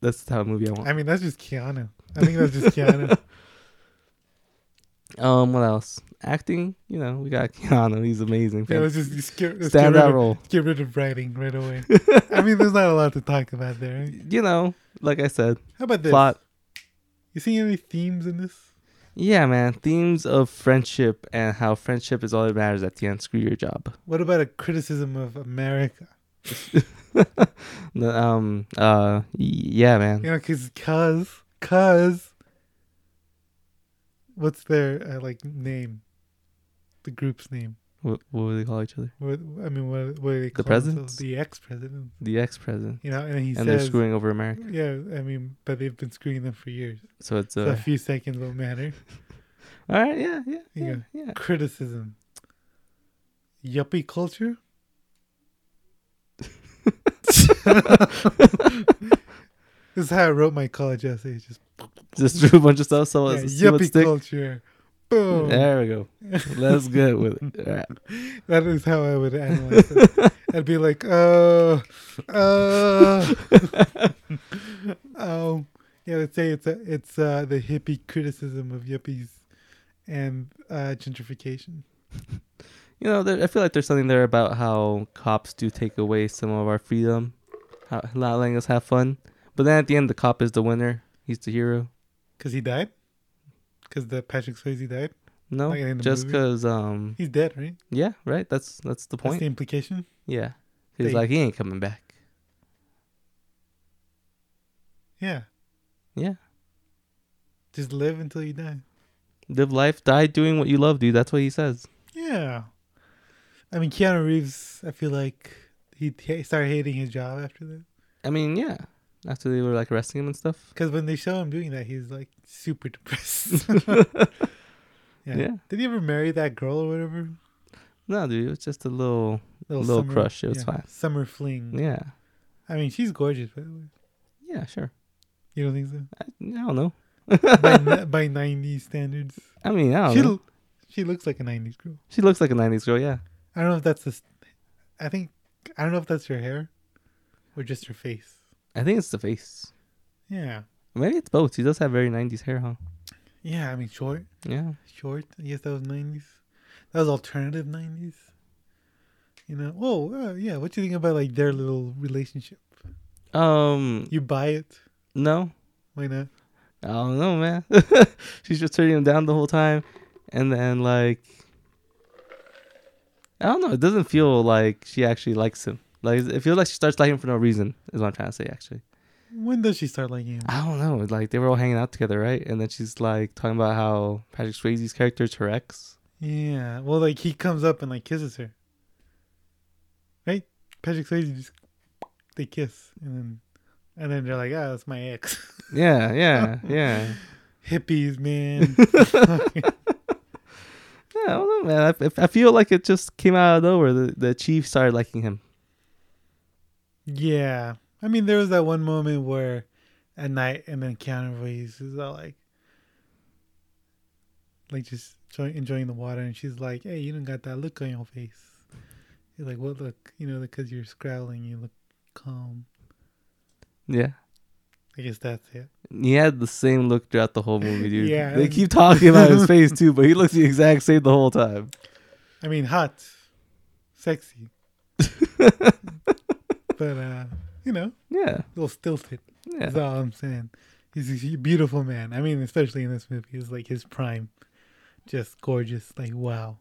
Speaker 2: That's the type of movie I want.
Speaker 1: I mean, that's just Keanu. I think that's just Keanu.
Speaker 2: Um, what else? Acting. You know, we got Keanu. He's amazing.
Speaker 1: yeah, let's just let's get, let's get,
Speaker 2: Stand
Speaker 1: rid
Speaker 2: that
Speaker 1: of,
Speaker 2: role.
Speaker 1: get rid of writing right away. I mean, there's not a lot to talk about there. right?
Speaker 2: You know, like I said,
Speaker 1: How about this?
Speaker 2: plot.
Speaker 1: You see any themes in this?
Speaker 2: Yeah, man. Themes of friendship and how friendship is all that matters at the end. Screw your job.
Speaker 1: What about a criticism of America?
Speaker 2: The, um. Uh. Yeah, man.
Speaker 1: You know, because, cause, cause. What's their, uh, like, name? The group's name.
Speaker 2: What, what would they call each other?
Speaker 1: What, I mean, what, what do they call themselves?
Speaker 2: presidents?
Speaker 1: The ex-president.
Speaker 2: The ex-president.
Speaker 1: You know, and he
Speaker 2: And they're
Speaker 1: says,
Speaker 2: screwing over America.
Speaker 1: Yeah, I mean, but they've been screwing them for years.
Speaker 2: So it's
Speaker 1: So a
Speaker 2: uh,
Speaker 1: few seconds will matter.
Speaker 2: all right. Yeah. Yeah.
Speaker 1: You
Speaker 2: Yeah.
Speaker 1: go.
Speaker 2: yeah.
Speaker 1: Criticism. Yuppie culture. this is how I wrote my college essay. Just
Speaker 2: Just do a bunch of stuff. So
Speaker 1: yeah,
Speaker 2: let's see what
Speaker 1: yuppie
Speaker 2: stick.
Speaker 1: culture. Boom.
Speaker 2: There we go. Let's get with it. All right.
Speaker 1: That is how I would analyze it. I'd be like, uh, uh, um, yeah. Let's say it's a, it's uh, the hippie criticism of yuppies and uh, gentrification.
Speaker 2: you know, there, I feel like there's something there about how cops do take away some of our freedom, how, not letting us have fun. But then at the end, the cop is the winner. He's the hero.
Speaker 1: Cause he died. Cause the Patrick Swayze died.
Speaker 2: No,
Speaker 1: Like in the
Speaker 2: just
Speaker 1: movie.
Speaker 2: because, um,
Speaker 1: He's dead, right?
Speaker 2: yeah, right. That's that's the
Speaker 1: That's
Speaker 2: point.
Speaker 1: the implication.
Speaker 2: yeah, he's
Speaker 1: They-
Speaker 2: like he ain't coming back.
Speaker 1: Yeah.
Speaker 2: Yeah,
Speaker 1: Just live until you die.
Speaker 2: live life, die doing what you love, dude. That's what he says.
Speaker 1: Yeah. I mean, Keanu Reeves. I feel like he he started hating his job after that.
Speaker 2: I mean, yeah. After they were like arresting him and stuff.
Speaker 1: Because when they show him doing that, he's like super depressed. yeah.
Speaker 2: Yeah.
Speaker 1: Did he ever marry that girl or whatever?
Speaker 2: No, dude, it was just a little, Little crush, it was fine.
Speaker 1: Summer fling.
Speaker 2: yeah,
Speaker 1: I mean, she's gorgeous, by the way.
Speaker 2: yeah, sure.
Speaker 1: You don't think so?
Speaker 2: I, I don't know.
Speaker 1: by, ni- by 90s standards.
Speaker 2: I mean, I don't
Speaker 1: She,
Speaker 2: know.
Speaker 1: l- she looks like a 90s girl.
Speaker 2: She looks like a '90s girl. Yeah.
Speaker 1: I don't know if that's the. st- I think I don't know if that's her hair, or just her face.
Speaker 2: I think it's the face.
Speaker 1: Yeah.
Speaker 2: Maybe it's both. He does have very 90s hair, huh?
Speaker 1: Yeah, I mean, short.
Speaker 2: Yeah.
Speaker 1: Short. Yes, that was 90s. That was alternative 90s. You know? Oh, uh, yeah. What do you think about, like, their little relationship?
Speaker 2: Um,
Speaker 1: You buy it?
Speaker 2: no.
Speaker 1: Why not?
Speaker 2: I don't know, man. She's just turning him down the whole time, and then like, I don't know. It doesn't feel like she actually likes him. Like it feels like she starts liking him for no reason. Is what I'm trying to say. Actually,
Speaker 1: When does she start liking him?
Speaker 2: I don't know. It's Like they were all hanging out together, right? And then she's like talking about how Patrick Swayze's character is her ex.
Speaker 1: Yeah. Well, like, he comes up and, like, kisses her. Right? Patrick Swayze just. They kiss. And then. And then they're like, ah, that's my ex.
Speaker 2: Yeah, yeah, yeah.
Speaker 1: Hippies, man.
Speaker 2: Yeah, I don't know, man. I, I feel like it just came out of nowhere. The, the chief started liking him.
Speaker 1: Yeah. I mean, there was that one moment where at night and then Keanu Reeves is all like, like just enjoy, enjoying the water. And she's like, hey, you don't got that look on your face. He's like, what look? You know, because you're scowling, you look calm.
Speaker 2: Yeah.
Speaker 1: I guess that's it.
Speaker 2: He had the same look throughout the whole movie, dude.
Speaker 1: Yeah.
Speaker 2: They keep talking about his face too, but he looks the exact same the whole time.
Speaker 1: I mean, hot, sexy. but, uh, you know,
Speaker 2: Yeah.
Speaker 1: a little stilted.
Speaker 2: Yeah.
Speaker 1: That's all I'm saying. He's a beautiful man. I mean, especially in this movie, he's like his prime, just gorgeous. Like wow.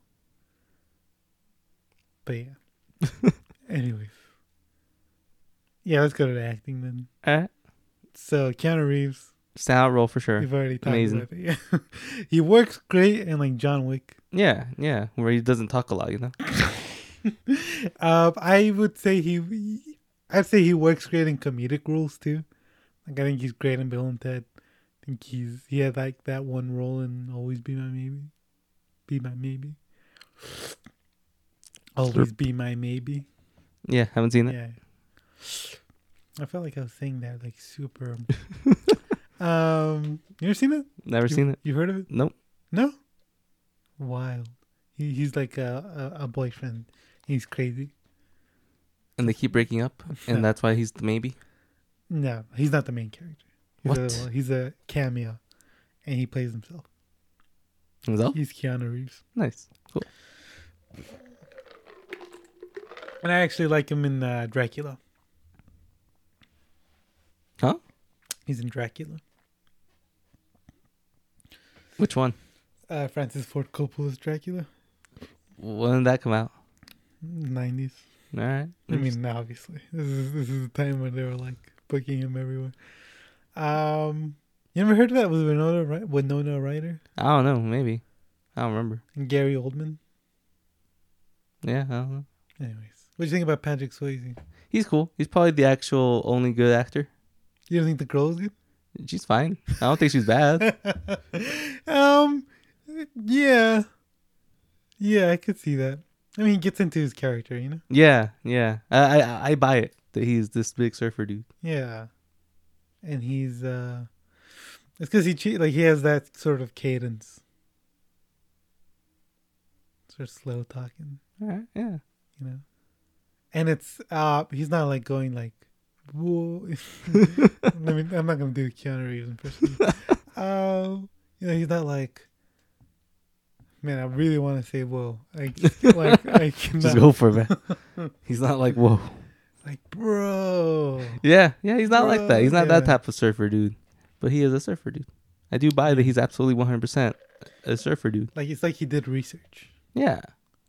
Speaker 1: But yeah. Anyways. Yeah, let's go to the acting then.
Speaker 2: Alright.
Speaker 1: So Keanu Reeves,
Speaker 2: Sound roll for sure.
Speaker 1: we've already talked
Speaker 2: Amazing.
Speaker 1: about it. Yeah. he works great in like John Wick.
Speaker 2: Yeah, yeah. Where he doesn't talk a lot, you know?
Speaker 1: Uh, I would say he, I'd say he works great in comedic roles too. Like I think he's great in Bill and Ted. I think he's he had like that one role in Always Be My Maybe, Be My Maybe, Always Be My Maybe.
Speaker 2: Yeah, haven't seen it.
Speaker 1: Yeah, I felt like I was saying that like super. um, you ever seen it?
Speaker 2: Never
Speaker 1: you,
Speaker 2: seen it.
Speaker 1: You heard of it?
Speaker 2: Nope.
Speaker 1: No. Wild. He, he's like a, a a boyfriend. He's crazy.
Speaker 2: And they keep breaking up, and that's why he's the maybe.
Speaker 1: No, he's not the main character. He's A,
Speaker 2: What?
Speaker 1: he's a cameo, and he plays himself.
Speaker 2: Himself?
Speaker 1: He's Keanu Reeves,
Speaker 2: Nice. Cool.
Speaker 1: and I actually like him in uh, Dracula.
Speaker 2: Huh?
Speaker 1: He's in Dracula.
Speaker 2: Which one?
Speaker 1: Uh, Francis Ford Coppola's Dracula,
Speaker 2: When did that come out?
Speaker 1: nineties.
Speaker 2: All right.
Speaker 1: I mean, now obviously, this is this is the time when they were like booking him everywhere. Um, you ever heard of that with Winona Ry- Winona Ryder
Speaker 2: I don't know. Maybe. I don't remember.
Speaker 1: and Gary Oldman?
Speaker 2: Yeah, I don't know.
Speaker 1: Anyways, what do you think about Patrick Swayze?
Speaker 2: He's cool. He's probably the actual only good actor.
Speaker 1: You don't think the girl is good?
Speaker 2: She's fine. I don't think she's bad.
Speaker 1: Um, yeah, yeah, I could see that. I mean, he gets into his character, you know.
Speaker 2: yeah, yeah. I, I I buy it that he's this big surfer dude.
Speaker 1: Yeah, and he's uh, it's because he che- like he has that sort of cadence, sort of slow talking,
Speaker 2: All right, yeah.
Speaker 1: you know. And it's uh, he's not like going like, whoa. Let me. I'm not gonna do Keanu Reeves impression. Um, you know, he's not like. Man, I really want to say whoa. Like, like I cannot.
Speaker 2: Just go for it, man. he's not like whoa.
Speaker 1: Like, bro.
Speaker 2: Yeah, yeah. He's not like that. He's not that
Speaker 1: Yeah.
Speaker 2: type of surfer dude. But he is a surfer dude. I do buy that he's absolutely one hundred percent a surfer dude.
Speaker 1: Like it's like he did research.
Speaker 2: Yeah.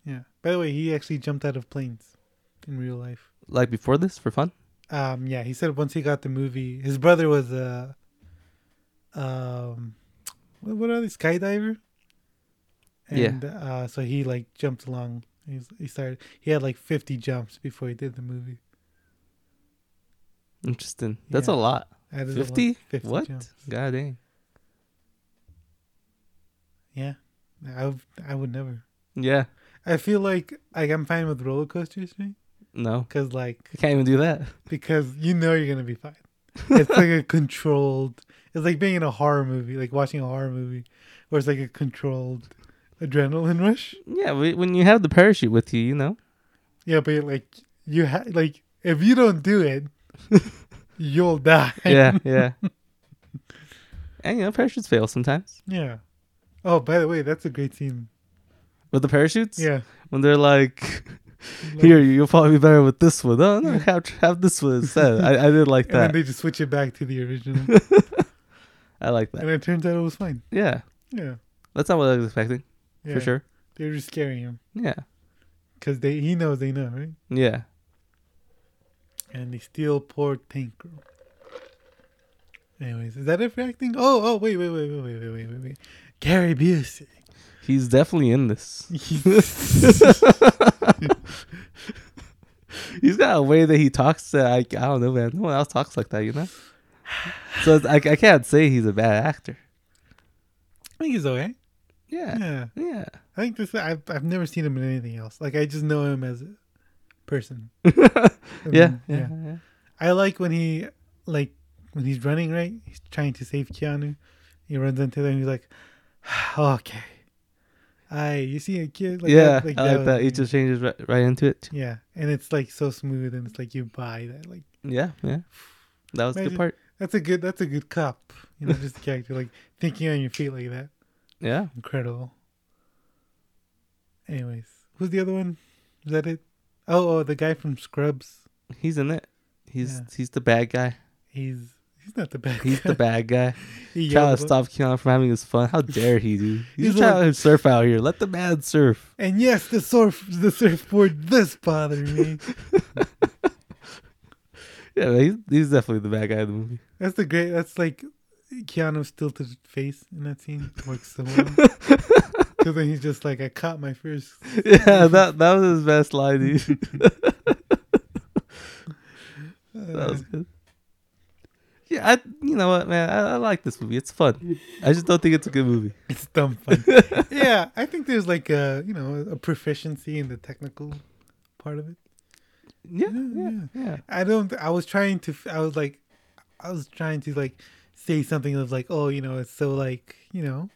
Speaker 1: Yeah. By the way, he actually jumped out of planes in real life.
Speaker 2: Like before this for fun.
Speaker 1: Um, yeah, he said once he got the movie, his brother was a, um, what, what are they, skydiver?
Speaker 2: Yeah.
Speaker 1: And uh, so he like jumped along. He's, he started. He had like fifty jumps before he did the movie.
Speaker 2: Interesting. That's
Speaker 1: Yeah.
Speaker 2: a lot.
Speaker 1: That is a lot.
Speaker 2: Fifty?
Speaker 1: 50
Speaker 2: What?
Speaker 1: jumps.
Speaker 2: God dang.
Speaker 1: Yeah, I would- I would never.
Speaker 2: Yeah.
Speaker 1: I feel like like I'm fine with roller coasters, right?
Speaker 2: No.
Speaker 1: Because like
Speaker 2: I can't even do that.
Speaker 1: because you know you're gonna be fine. It's like a controlled. It's like being in a horror movie, like watching a horror movie, where it's like a controlled adrenaline rush.
Speaker 2: Yeah, wh- when you have the parachute with you, you know.
Speaker 1: Yeah, but like you ha- like if you don't do it, you'll die.
Speaker 2: Yeah, yeah. And you know, parachutes fail sometimes.
Speaker 1: Yeah. Oh, by the way, that's a great scene.
Speaker 2: With the parachutes,
Speaker 1: Yeah.
Speaker 2: when they're like, "Here, you'll probably be better with this one." Oh no, have have this one instead. I, I did like
Speaker 1: And then
Speaker 2: that.
Speaker 1: they just switch it back to the original,
Speaker 2: I like
Speaker 1: and
Speaker 2: that.
Speaker 1: it turns out it was fine.
Speaker 2: Yeah,
Speaker 1: Yeah.
Speaker 2: that's not what I was expecting
Speaker 1: yeah.
Speaker 2: for sure.
Speaker 1: They were just scaring him
Speaker 2: Yeah,
Speaker 1: because they he knows they know, right?
Speaker 2: yeah.
Speaker 1: And they steal poor Tank Girl. Anyways, is that it for acting? Oh, oh, wait, wait, wait, wait, wait, wait, wait, wait, wait. Gary Busey.
Speaker 2: He's definitely in this. He's got a way that he talks that I, I don't know, man. No one else talks like that, you know. So it's, I, I can't say he's a bad actor.
Speaker 1: I think he's okay.
Speaker 2: Yeah,
Speaker 1: Yeah,
Speaker 2: yeah.
Speaker 1: I think this. I've I've never seen him in anything else. Like I just know him as a person.
Speaker 2: Yeah,
Speaker 1: Mhm,
Speaker 2: yeah,
Speaker 1: yeah.
Speaker 2: yeah.
Speaker 1: I like when he like when he's running right. He's trying to save Keanu. He runs into them. He's like, okay. I you see a kid like
Speaker 2: yeah.
Speaker 1: that,
Speaker 2: I like
Speaker 1: was-
Speaker 2: that. He just changes right, right into it. too.
Speaker 1: yeah, and it's like so smooth, and it's like you buy that. Like
Speaker 2: Yeah, yeah. That was the
Speaker 1: Imagine-
Speaker 2: good part.
Speaker 1: that's a good that's a good cop. You know, just a character like thinking on your feet like that.
Speaker 2: Yeah.
Speaker 1: Incredible. Anyways, who's the other one? Is that it? Oh, oh, the guy from Scrubs.
Speaker 2: He's in it. He's
Speaker 1: Yeah.
Speaker 2: he's the bad guy.
Speaker 1: He's he's not the bad
Speaker 2: He's
Speaker 1: guy.
Speaker 2: the bad guy.
Speaker 1: He
Speaker 2: Trying
Speaker 1: yells
Speaker 2: to
Speaker 1: at-
Speaker 2: stop Keanu from having his fun. How dare he, dude? He's,
Speaker 1: He's
Speaker 2: trying
Speaker 1: like-
Speaker 2: to surf out here. Let the man surf.
Speaker 1: And yes, the surf the surfboard this bothered me.
Speaker 2: Yeah, man, he's, he's definitely the bad guy in the movie.
Speaker 1: That's the great that's like Keanu's tilted face in that scene works so well. Cause then he's just like, I caught my first uh,
Speaker 2: Yeah, that that was his best line, dude. that was good. Yeah, I you know what, man, I, I like this movie. It's fun. I just don't think it's a good movie.
Speaker 1: it's dumb fun. yeah, I think there's like a you know, a proficiency in the technical part of it.
Speaker 2: Yeah, yeah,
Speaker 1: Yeah,
Speaker 2: yeah.
Speaker 1: I don't. I was trying to. I was like, I was trying to like say something of like, oh, you know, it's so like, you know,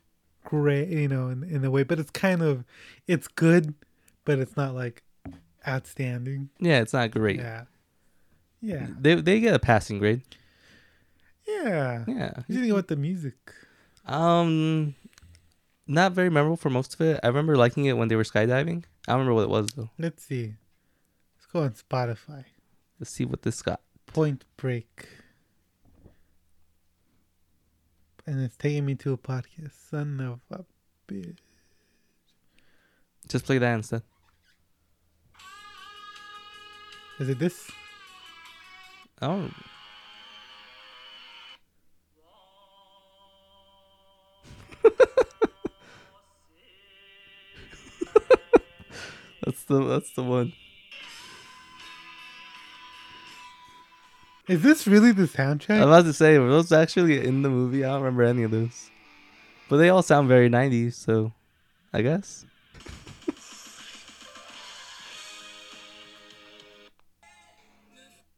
Speaker 1: great, you know, in in a way, but it's kind of, it's good, but it's not like outstanding.
Speaker 2: Yeah, it's not great.
Speaker 1: Yeah, yeah,
Speaker 2: They they get a passing grade.
Speaker 1: yeah.
Speaker 2: Yeah.
Speaker 1: What do you think about the music?
Speaker 2: Um, not very memorable for most of it. I remember liking it when they were skydiving. I don't remember what it was though.
Speaker 1: Let's see. Let's go on Spotify.
Speaker 2: Let's see what this got.
Speaker 1: Point Break. And it's taking me to a podcast. Son of a bitch.
Speaker 2: Just play that instead.
Speaker 1: Is it this?
Speaker 2: Oh. that's the that's the one.
Speaker 1: Is this really the
Speaker 2: I was
Speaker 1: soundtrack?
Speaker 2: about to say were those actually in the movie? I don't remember any of those, but they all sound very '90s. So, I guess.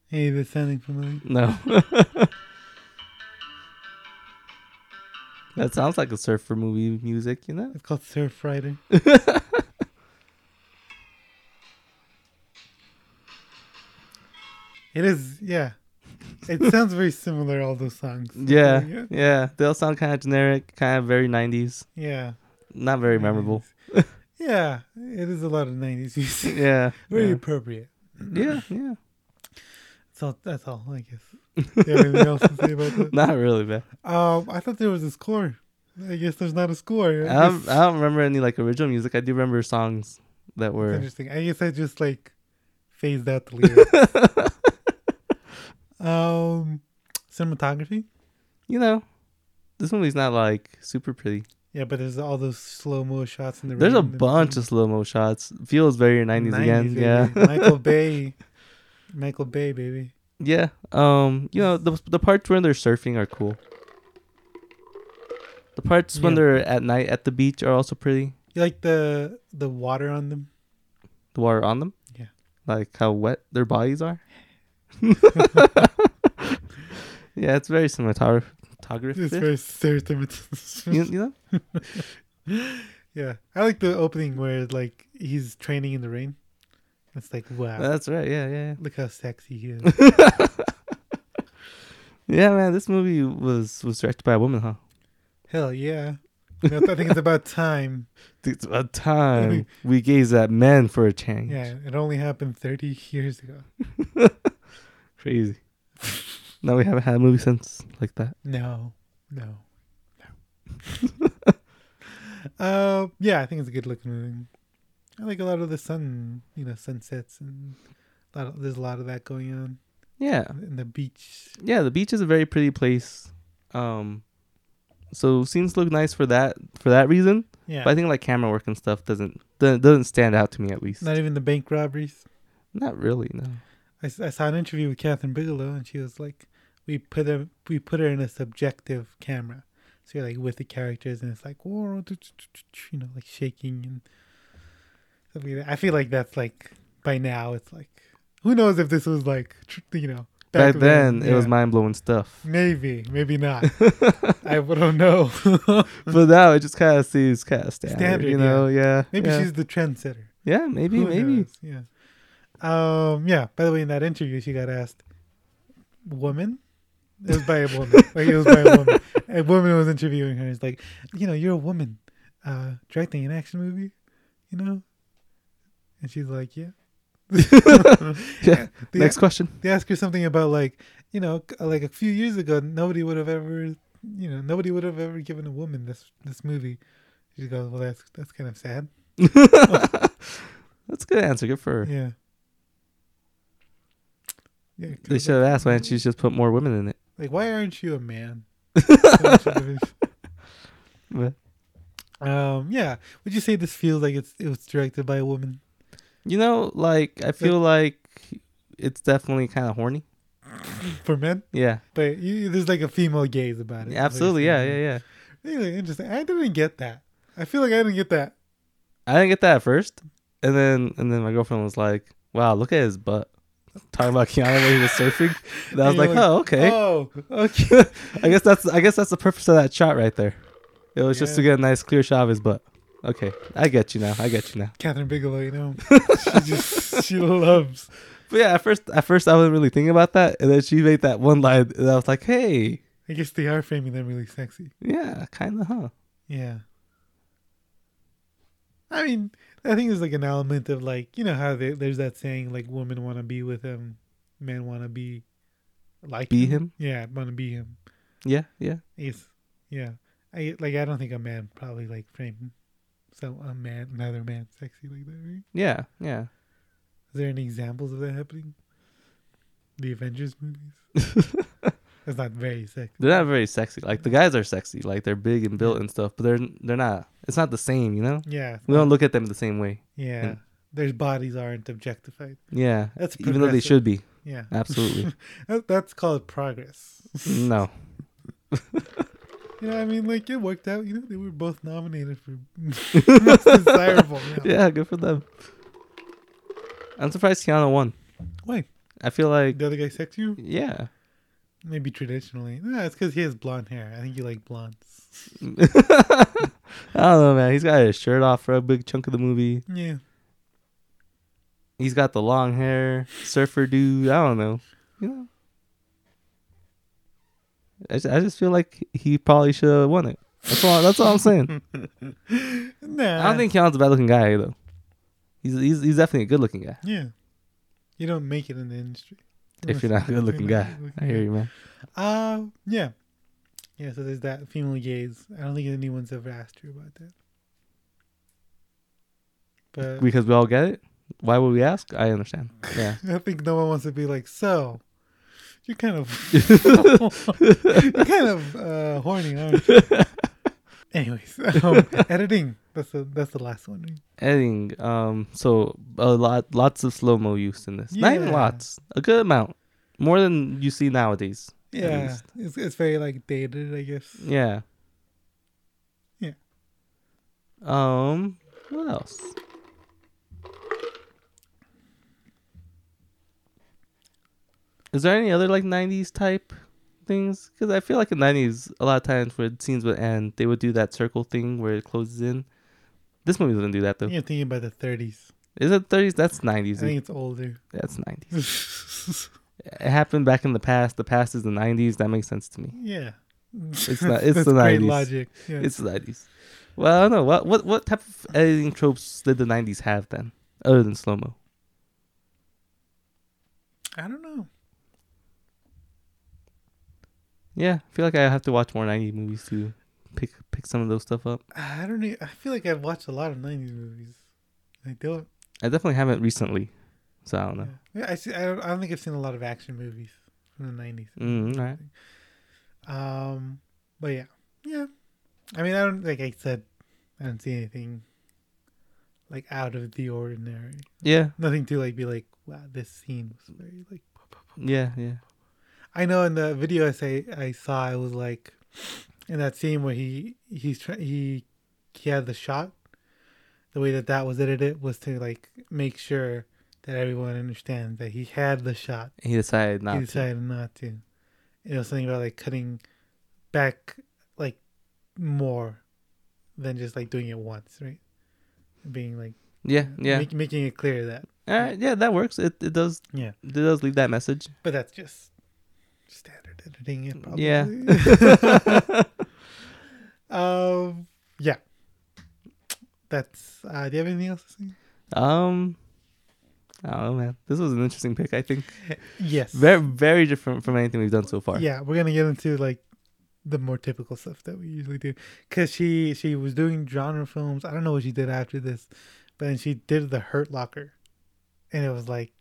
Speaker 1: Hey, this sounding familiar.
Speaker 2: No. that sounds like a surfer movie music, you know?
Speaker 1: It's called Surf Rider. it is, yeah. It sounds very similar. All those songs.
Speaker 2: Yeah, yeah. They all sound kind of generic, kind of very 90s.
Speaker 1: yeah,
Speaker 2: Not very memorable.
Speaker 1: yeah. It is a lot of '90s music.
Speaker 2: Yeah.
Speaker 1: Very
Speaker 2: Yeah,
Speaker 1: appropriate.
Speaker 2: yeah. yeah.
Speaker 1: That's all. That's all. I guess. Do you have anything else to say about that?
Speaker 2: Not really, man.
Speaker 1: Um, I thought there was a score. I guess there's not a score.
Speaker 2: I don't, I don't remember any like original music. I do remember songs that
Speaker 1: It's
Speaker 2: were.
Speaker 1: interesting. I guess I just like phased out the lyrics. um, cinematography.
Speaker 2: You know, this movie's not like super pretty.
Speaker 1: Yeah, but there's all those slow mo shots in the.
Speaker 2: There's a
Speaker 1: rain and-
Speaker 2: bunch of slow mo shots. Feels very 90s,
Speaker 1: 90s,
Speaker 2: again.
Speaker 1: baby.
Speaker 2: Yeah.
Speaker 1: Michael Bay. Michael Bay, baby.
Speaker 2: Yeah. Um. You know the the parts when they're surfing are cool. The parts when
Speaker 1: Yeah.
Speaker 2: they're at night at the beach are also pretty.
Speaker 1: You like the the water on them?
Speaker 2: The water on them.
Speaker 1: Yeah.
Speaker 2: Like how wet their bodies are. yeah, it's very cinematograph-
Speaker 1: It's
Speaker 2: cinematographic.
Speaker 1: very serious.
Speaker 2: You, you know.
Speaker 1: yeah, I like the opening where like he's training in the rain. It's like wow,
Speaker 2: That's right. Yeah, yeah,
Speaker 1: look how sexy he is.
Speaker 2: yeah. Yeah, man. This movie was was directed by a woman, huh?
Speaker 1: Hell yeah. You know, I think it's about time.
Speaker 2: It's about time we gaze at men for a change.
Speaker 1: Yeah, it only happened 30 years ago.
Speaker 2: Crazy. no, we haven't had a movie since like that.
Speaker 1: No, no, no. uh, yeah, I think it's a good looking movie. I like a lot of the sun, you know, sunsets and a lot of, there's a lot of that going on
Speaker 2: Yeah.
Speaker 1: in the beach.
Speaker 2: Yeah, the beach is a very pretty place. Um so scenes look nice for that for that reason.
Speaker 1: Yeah,
Speaker 2: But I think like camera work and stuff doesn't doesn't doesn't stand out to me at least.
Speaker 1: not even the bank robberies.
Speaker 2: Not really, no.
Speaker 1: I, s- I saw an interview with Catherine Bigelow, and she was like, "We put her, we put her in a subjective camera, so you're like with the characters, and it's like, whoa, you know, like shaking and stuff like that." I feel like that's like by now, it's like, who knows if this was like, tr- you know,
Speaker 2: Back,
Speaker 1: to
Speaker 2: then, it was
Speaker 1: yeah.
Speaker 2: mind blowing stuff.
Speaker 1: maybe, maybe not. I don't know.
Speaker 2: but now it just kind of seems kind of standard,
Speaker 1: Mm-hmm. Standard,
Speaker 2: you know? Yeah.
Speaker 1: maybe
Speaker 2: yeah.
Speaker 1: she's the trendsetter.
Speaker 2: yeah, maybe,
Speaker 1: Who
Speaker 2: maybe.
Speaker 1: knows? yeah. Um, yeah. By the way, in that interview, she got asked, "Woman." It was by a woman. like it was by a woman. A woman was interviewing her. It's like, you know, you're a woman, uh, directing an action movie, you know. And she's like, yeah.
Speaker 2: Yeah.
Speaker 1: The-
Speaker 2: Next question.
Speaker 1: They ask her something about like, you know, c- like a few years ago, nobody would have ever, you know, nobody would have ever given a woman this this movie. She goes, well, that's that's kind of sad.
Speaker 2: That's a good answer. Good for her.
Speaker 1: Yeah. Yeah,
Speaker 2: They should have asked why didn't you just put more women in it?
Speaker 1: Like, why aren't you a man?
Speaker 2: But,
Speaker 1: um, yeah. Would you say this feels like it's it was directed by a woman?
Speaker 2: you know, like I feel like it's definitely kind of horny.
Speaker 1: For men?
Speaker 2: Yeah,
Speaker 1: But you, there's like a female gaze about it.
Speaker 2: absolutely. Yeah, yeah, yeah.
Speaker 1: yeah. Really interesting. I didn't get that. I feel like I didn't get that.
Speaker 2: I didn't get that at first, and then and then my girlfriend was like, "Wow, look at his butt." Talking about Keanu when he was surfing, and I was
Speaker 1: You're
Speaker 2: like,
Speaker 1: like,
Speaker 2: "Oh, okay.
Speaker 1: Oh, okay.
Speaker 2: I guess that's I guess that's the purpose of that shot right there. It was just to
Speaker 1: Yeah.
Speaker 2: get a nice clear shot of his butt." Okay, I get you now. I get you now.
Speaker 1: Catherine Bigelow, you know, she just she loves.
Speaker 2: But yeah, at first at first I wasn't really thinking about that, and then she made that one line, and I was like, "Hey,
Speaker 1: I guess they are framing them really sexy.
Speaker 2: yeah, kind of, huh?"
Speaker 1: Yeah. I mean, I think there's like an element of like you know how they, there's that saying like women want to be with him, men want to be like
Speaker 2: Be him?
Speaker 1: Yeah, want to be him.
Speaker 2: Yeah, yeah.
Speaker 1: Yes. Yeah. I like I don't think a man probably like frame some a man another man sexy like that. Right?
Speaker 2: Yeah, yeah.
Speaker 1: Is there any examples of that happening? The Avengers movies. That's not very sexy.
Speaker 2: They're not very sexy. Like the guys are sexy. Like they're big and built and stuff, but they're they're not. It's not the same, you know.
Speaker 1: Yeah. it's
Speaker 2: We
Speaker 1: not-
Speaker 2: don't look at them the same way.
Speaker 1: yeah. Their bodies aren't objectified.
Speaker 2: Yeah,
Speaker 1: That's
Speaker 2: even though they
Speaker 1: progressive.
Speaker 2: should be.
Speaker 1: Yeah.
Speaker 2: Absolutely.
Speaker 1: That- That's called progress.
Speaker 2: no.
Speaker 1: You know, I mean, like it worked out. You know, they were both nominated for most desirable. Yeah.
Speaker 2: Yeah, good for them. I'm surprised Keanu won.
Speaker 1: Why?
Speaker 2: I feel like
Speaker 1: The other guy sexed you?
Speaker 2: yeah,
Speaker 1: Maybe traditionally. No, it's because he has blonde hair. I think you like blondes.
Speaker 2: I don't know, man. He's got his shirt off for a big chunk of the movie.
Speaker 1: Yeah.
Speaker 2: He's got the long hair, surfer dude. I don't know. You know. I just, I just feel like he probably should have won it. That's all. That's all I'm saying.
Speaker 1: Nah.
Speaker 2: I don't think Keanu's a bad looking guy though. He's he's, he's definitely a good looking guy.
Speaker 1: Yeah. You don't make it in the industry.
Speaker 2: If you're not a good looking guy, I hear you, man.
Speaker 1: Uh, yeah. Yeah, so there's that female gaze. I don't think anyone's ever asked you about that. But
Speaker 2: Because we all get it. Why would we ask? I understand. Yeah.
Speaker 1: I think no one wants to be like, so you're kind of you're kind of uh, horny, aren't you? Anyways, um, editing. That's the that's the last one. right?
Speaker 2: Editing. Um. So a lot, lots of slow mo use in this. Not even
Speaker 1: Yeah.
Speaker 2: lots. A good amount. More than you see nowadays. at
Speaker 1: Yeah,
Speaker 2: least.
Speaker 1: it's it's very like dated, I guess.
Speaker 2: Yeah.
Speaker 1: Yeah.
Speaker 2: Um. What else? Is there any other like '90s type things? Because I feel like in '90s, a lot of times where scenes would end, they would do that circle thing where it closes in. This movie doesn't do that though.
Speaker 1: You're thinking about the 30s.
Speaker 2: Is it '30s? That's
Speaker 1: I
Speaker 2: '90s.
Speaker 1: think it's older.
Speaker 2: That's '90s. it happened back in the past. The past is the '90s. That makes sense to me.
Speaker 1: Yeah,
Speaker 2: It's not. It's
Speaker 1: That's
Speaker 2: the
Speaker 1: great
Speaker 2: nineties.
Speaker 1: logic. Yeah.
Speaker 2: It's the nineties. Well, I don't know. What what what type of editing tropes did the nineties have then, other than slow mo?
Speaker 1: I don't know.
Speaker 2: Yeah, I feel like I have to watch more nineties movies to pick pick some of those stuff up.
Speaker 1: I don't. e- I feel like I've watched a lot of '90s movies. I don't.
Speaker 2: I definitely haven't recently, so I don't know.
Speaker 1: Yeah, I see. I don't, I don't think I've seen a lot of action movies from the '90s.
Speaker 2: Mm, all right.
Speaker 1: Um, but yeah, yeah. I mean, I don't like I said. I don't see anything like out of the ordinary.
Speaker 2: Yeah,
Speaker 1: Nothing to like be like, wow, this scene was very like.
Speaker 2: yeah, yeah.
Speaker 1: I know in the video essay I saw, it was like, in that scene where he he's try- he he had the shot. The way that that was edited was to like make sure that everyone understands that he had the shot.
Speaker 2: He decided not.
Speaker 1: he decided not to. It was something about like cutting back like more than just like doing it once, right? Being like
Speaker 2: to. Yeah, yeah.
Speaker 1: make, making it clear that
Speaker 2: all right, yeah, that works. It it does
Speaker 1: yeah,
Speaker 2: it does leave that message.
Speaker 1: but that's just standard editing. It probably.
Speaker 2: Yeah.
Speaker 1: um. Yeah. That's. Uh, do you have anything else to say?
Speaker 2: Um, I don't know, man. This was an interesting pick. I think
Speaker 1: Yes.
Speaker 2: very very different from anything we've done so far.
Speaker 1: yeah we're gonna get into like the more typical stuff that we usually do because she she was doing genre films i don't know what she did after this but then she did the hurt locker and it was like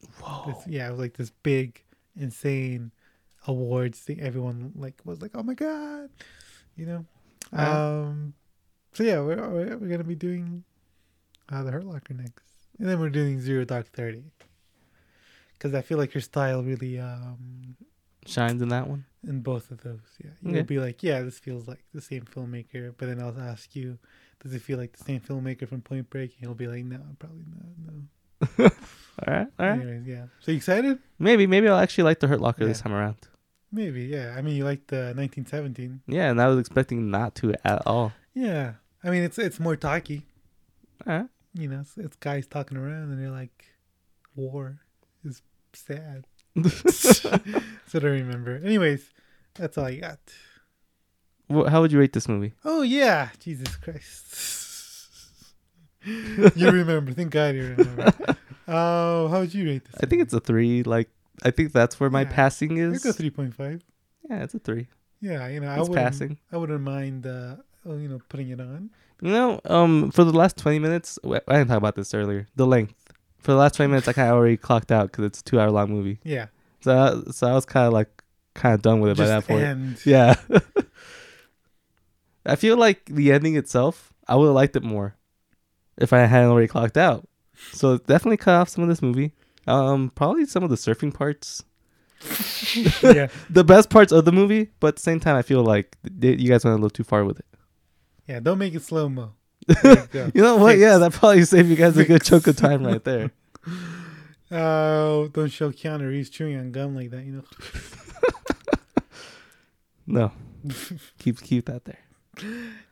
Speaker 1: this, yeah it was like this big insane awards thing everyone like was like oh my god you know um so yeah we're, we're we're gonna be doing uh the hurt locker next and then we're doing zero dark 30 because i feel like her style really um
Speaker 2: shines in that one.
Speaker 1: in both of those. Yeah, you'll
Speaker 2: Okay.
Speaker 1: be like, yeah, this feels like the same filmmaker. But then I'll ask you, does it feel like the same filmmaker from Point Break? And you'll be like, no, probably not. No.
Speaker 2: All right, all right.
Speaker 1: Anyways, yeah. So you excited?
Speaker 2: Maybe maybe I'll actually like the Hurt Locker
Speaker 1: Yeah.
Speaker 2: this time around.
Speaker 1: Maybe. Yeah. I mean, you like the 1917.
Speaker 2: Yeah, and I was expecting not to at all.
Speaker 1: Yeah. I mean, it's it's more talky.
Speaker 2: All right.
Speaker 1: You know, it's, it's guys talking around, and they're like, war is sad. so to remember. Anyways, that's all I got.
Speaker 2: Wh- How would you rate this movie?
Speaker 1: Oh yeah, Jesus Christ. you remember? Thank God you remember. Oh, how would you rate this?
Speaker 2: I think it's a three. Like I think that's where my
Speaker 1: Yeah.
Speaker 2: passing
Speaker 1: I
Speaker 2: is.
Speaker 1: go three point five.
Speaker 2: Yeah, it's a three.
Speaker 1: Yeah, you know, I
Speaker 2: It's
Speaker 1: wouldn't.
Speaker 2: passing.
Speaker 1: I wouldn't mind. Uh, oh, you know, putting it on.
Speaker 2: You know, um, for the last twenty minutes, w- I didn't talk about this earlier. The length. For the last twenty minutes, I kind of already clocked out because it's a two-hour-long movie.
Speaker 1: Yeah,
Speaker 2: So, so I was kind of like, kind of done with it by that
Speaker 1: just
Speaker 2: point.
Speaker 1: end.
Speaker 2: Yeah. I feel like the ending itself, I would have liked it more if I hadn't already clocked out. So definitely cut off some of this movie. Um, probably some of the surfing parts,
Speaker 1: yeah,
Speaker 2: the best parts of the movie, but at the same time, I feel like th- you guys went a little too far with it.
Speaker 1: yeah. Don't make it slow mo.
Speaker 2: You know what?
Speaker 1: Fix.
Speaker 2: Yeah, that probably saved you guys a good chunk of time right there.
Speaker 1: Oh, don't show Keanu Reeves chewing on gum like that. You know.
Speaker 2: No, keep keep that there.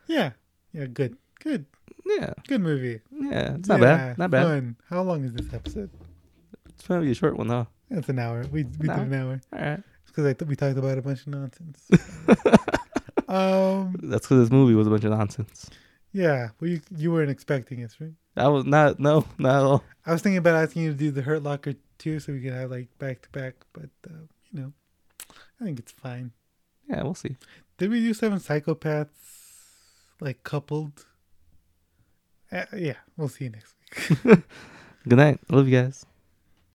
Speaker 1: Yeah, yeah. Good, good,
Speaker 2: Yeah,
Speaker 1: good movie.
Speaker 2: yeah, it's not
Speaker 1: Yeah,
Speaker 2: bad, not bad.
Speaker 1: Fun. How long is this episode?
Speaker 2: It's probably a short one though.
Speaker 1: That's an hour. We we did
Speaker 2: An hour?
Speaker 1: an hour.
Speaker 2: All right,
Speaker 1: because I th- we talked about a bunch of nonsense. um,
Speaker 2: that's because this movie was a bunch of nonsense.
Speaker 1: yeah, well, you, you weren't expecting us, right?
Speaker 2: I was not no not at all.
Speaker 1: I was thinking about asking you to do the Hurt Locker too, so we could have like back to back, but uh, you know, I think it's fine.
Speaker 2: Yeah, we'll see.
Speaker 1: Did we do Seven Psychopaths like coupled? Uh, yeah, we'll see you next week.
Speaker 2: Good night. Love you guys.